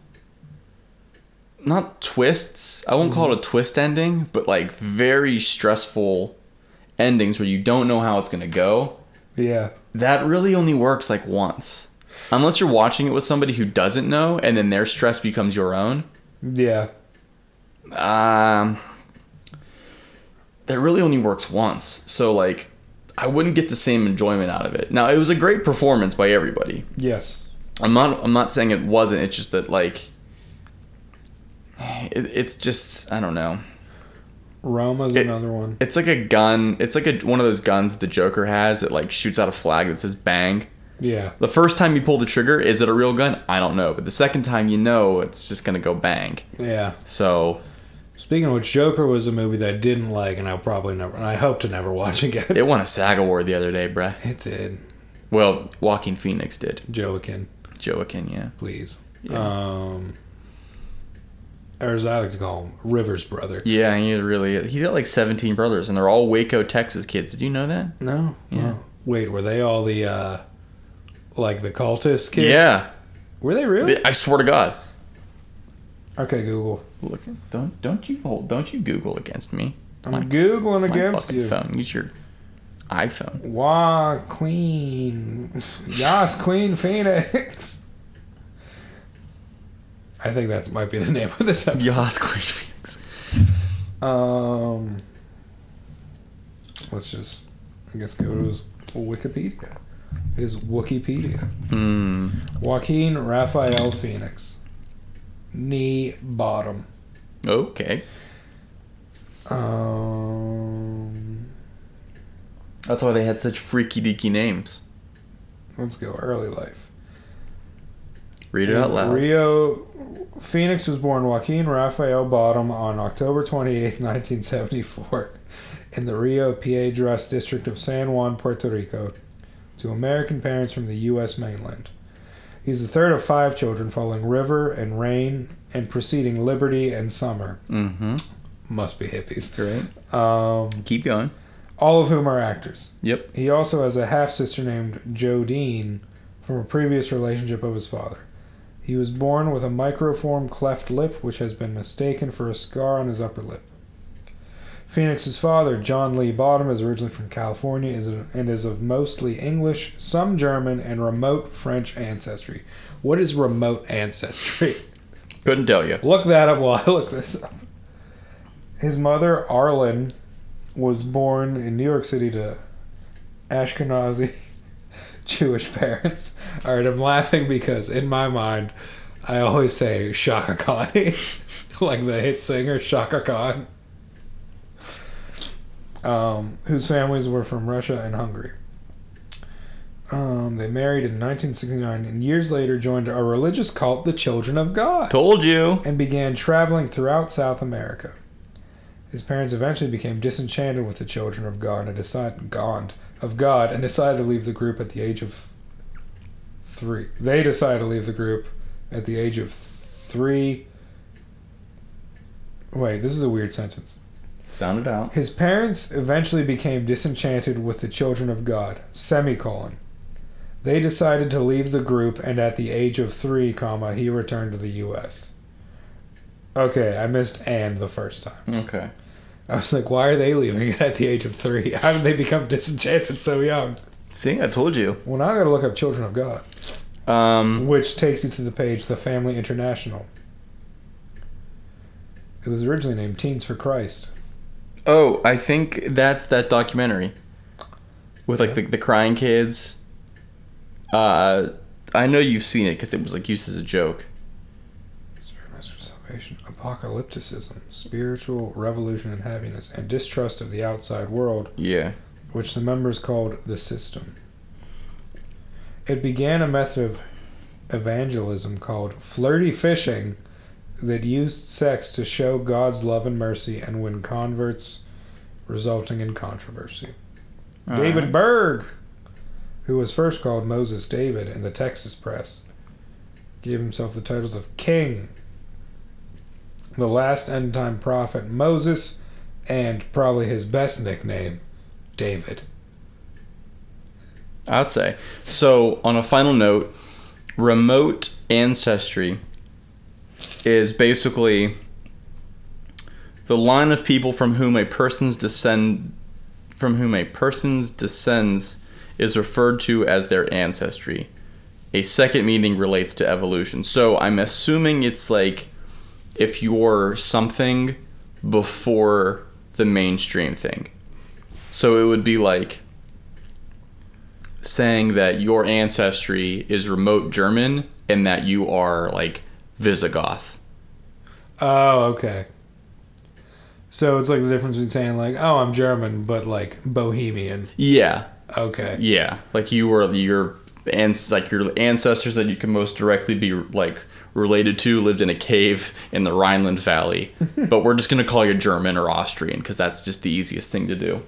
not twists. I won't call it a twist ending, but like very stressful endings where you don't know how it's gonna go. Yeah. That really only works like once, unless you're watching it with somebody who doesn't know, and then their stress becomes your own. Yeah. Um, that really only works once. So like, I wouldn't get the same enjoyment out of it. Now it was a great performance by everybody. Yes. I'm not. I'm not saying it wasn't. It's just that like, it, it's just I don't know. Roma's It- another one. It's like a gun. It's like a one of those guns the Joker has that like shoots out a flag that says bang. Yeah. The first time you pull the trigger, is it a real gun? I don't know. But the second time, you know, it's just gonna go bang. Yeah. So Speaking of which, Joker was a movie that I didn't like, and I'll probably never, and I hope to never watch again. it won a SAG award the other day, bruh. It did. Well, Joaquin Phoenix did. Joaquin, Joaquin, yeah. please. Yeah. Um, or as I like to call him, Rivers' brother. Yeah, he really. He's got like 17 brothers, and they're all Waco, Texas kids. Did you know that? No. Yeah. Oh. Wait, were they all the, uh, like the cultist kids? Yeah, Were they really? I swear to God. Okay, Google. Look, don't don't you hold, don't you Google against me. I'm My- googling My against fucking you. phone. Use your iPhone. Wah Queen, Yas Queen Phoenix. I think that might be the name of this episode. Yas Queen Phoenix. Um, let's just, I guess, go to his Wikipedia. It is Wikipedia. Hmm. Joaquin Raphael Phoenix. Knee bottom. Okay. Um, That's why they had such freaky deaky names. let's go early life. Read it out loud. Rio Phoenix was born Joaquin Raphael Bottom on October 28, 1974, in the Rio Piedras district of San Juan, Puerto Rico, to American parents from the U.S. mainland. He's the third of five children, following River and Rain, and preceding Liberty and Summer. mm-hmm. Must be hippies. Great. Um, Keep going. all of whom are actors. Yep. He also has a half sister named Jodine from a previous relationship of his father. He was born with a microform cleft lip, which has been mistaken for a scar on his upper lip. Phoenix's father, John Lee Bottom, is originally from California is and is of mostly English, some German, and remote French ancestry. What is remote ancestry? Couldn't tell you. Look that up while I look this up. His mother, Arlen, was born in New York City to Ashkenazi Jewish parents. All right, I'm laughing because in my mind, I always say Shaka Khan, like the hit singer Shaka Khan, um, whose families were from Russia and Hungary. Um, they married in 1969 and years later joined a religious cult, the Children of God Told you. and began traveling throughout South America. His parents eventually became disenchanted with the children of God and decided God of God and decided to leave the group at the age of three. They decided to leave the group at the age of three. Wait, this is a weird sentence. Sound it out. His parents eventually became disenchanted with the children of God. Semicolon. They decided to leave the group, and at the age of three, comma, he returned to the U.S. Okay, I missed "and" the first time. Okay. I was like, why are they leaving it at the age of three? How did they become disenchanted so young? See, I told you. Well, now I gotta look up "Children of God," Um, which takes you to the page "The Family International." It was originally named Teens for Christ. Oh, I think that's that documentary with like the, the crying kids. Uh, I know you've seen it because it was like used as a joke. Experiments for salvation, apocalypticism, spiritual revolution and happiness, and distrust of the outside world, Yeah. which the members called the system. It began a method of evangelism called flirty fishing that used sex to show God's love and mercy and win converts, resulting in controversy. David Berg, who was first called Moses David in the Texas press, gave himself the titles of King, the last end time prophet Moses, and probably his best nickname, David. I'd say. So, on a final note, remote ancestry is basically the line of people from whom a person's descend from whom a person's descends is referred to as their ancestry. A second meaning relates to evolution. So, I'm assuming it's like if you're something before the mainstream thing. So, it would be like saying that your ancestry is remote German and that you are like Visigoth. Oh, okay. So it's like the difference between saying like, "Oh, I'm German," but like Bohemian. Yeah, Okay. yeah. Like you were your and like your ancestors that you can most directly be like related to lived in a cave in the Rhineland Valley, but we're just gonna call you German or Austrian because that's just the easiest thing to do.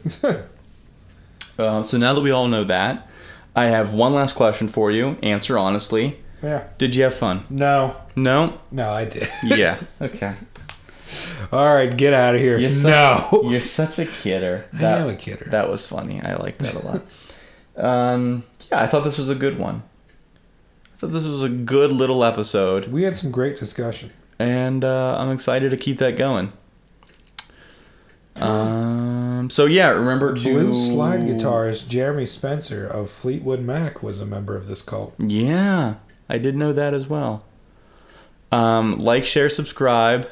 uh, so now that we all know that, I have one last question for you. Answer honestly. Yeah. Did you have fun? No. No. No, I did. Yeah. okay. All right, get out of here. You're such- no. You're such a kidder. am a kidder. That was funny. I like that a lot. um, yeah, I thought this was a good one. I thought this was a good little episode, We had some great discussion. and uh, I'm excited to keep that going. Um, so yeah, remember to Blues slide guitarist Jeremy Spencer of Fleetwood Mac was a member of this cult. Yeah, I did know that as well. Um, like, share, subscribe.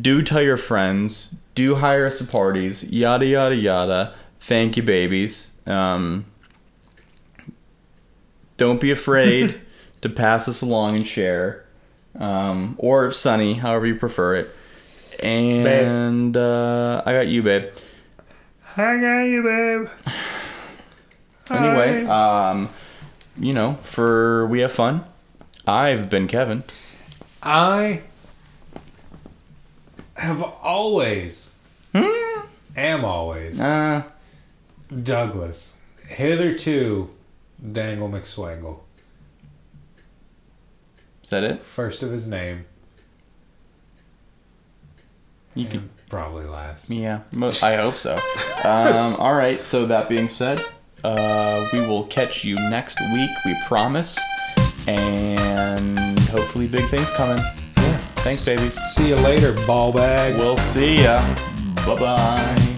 Do tell your friends. Do hire us to parties. Yada yada yada. Thank you, babies. Um, don't be afraid to pass this along and share, um, or Sunny, however you prefer it. And uh, I got you, babe. I got you, babe. Anyway, um, you know, for we have fun. I've been Kevin. I have always, Hmm? am always, Uh, Douglas, hitherto Dangle McSwangle, is that it? first of his name, You can. probably last. Yeah, mo- I hope so. Um, all right, so that being said, uh, we will catch you next week, we promise. And hopefully, big things coming. Thanks, babies. See you later, ball bags. We'll see ya. Bye bye.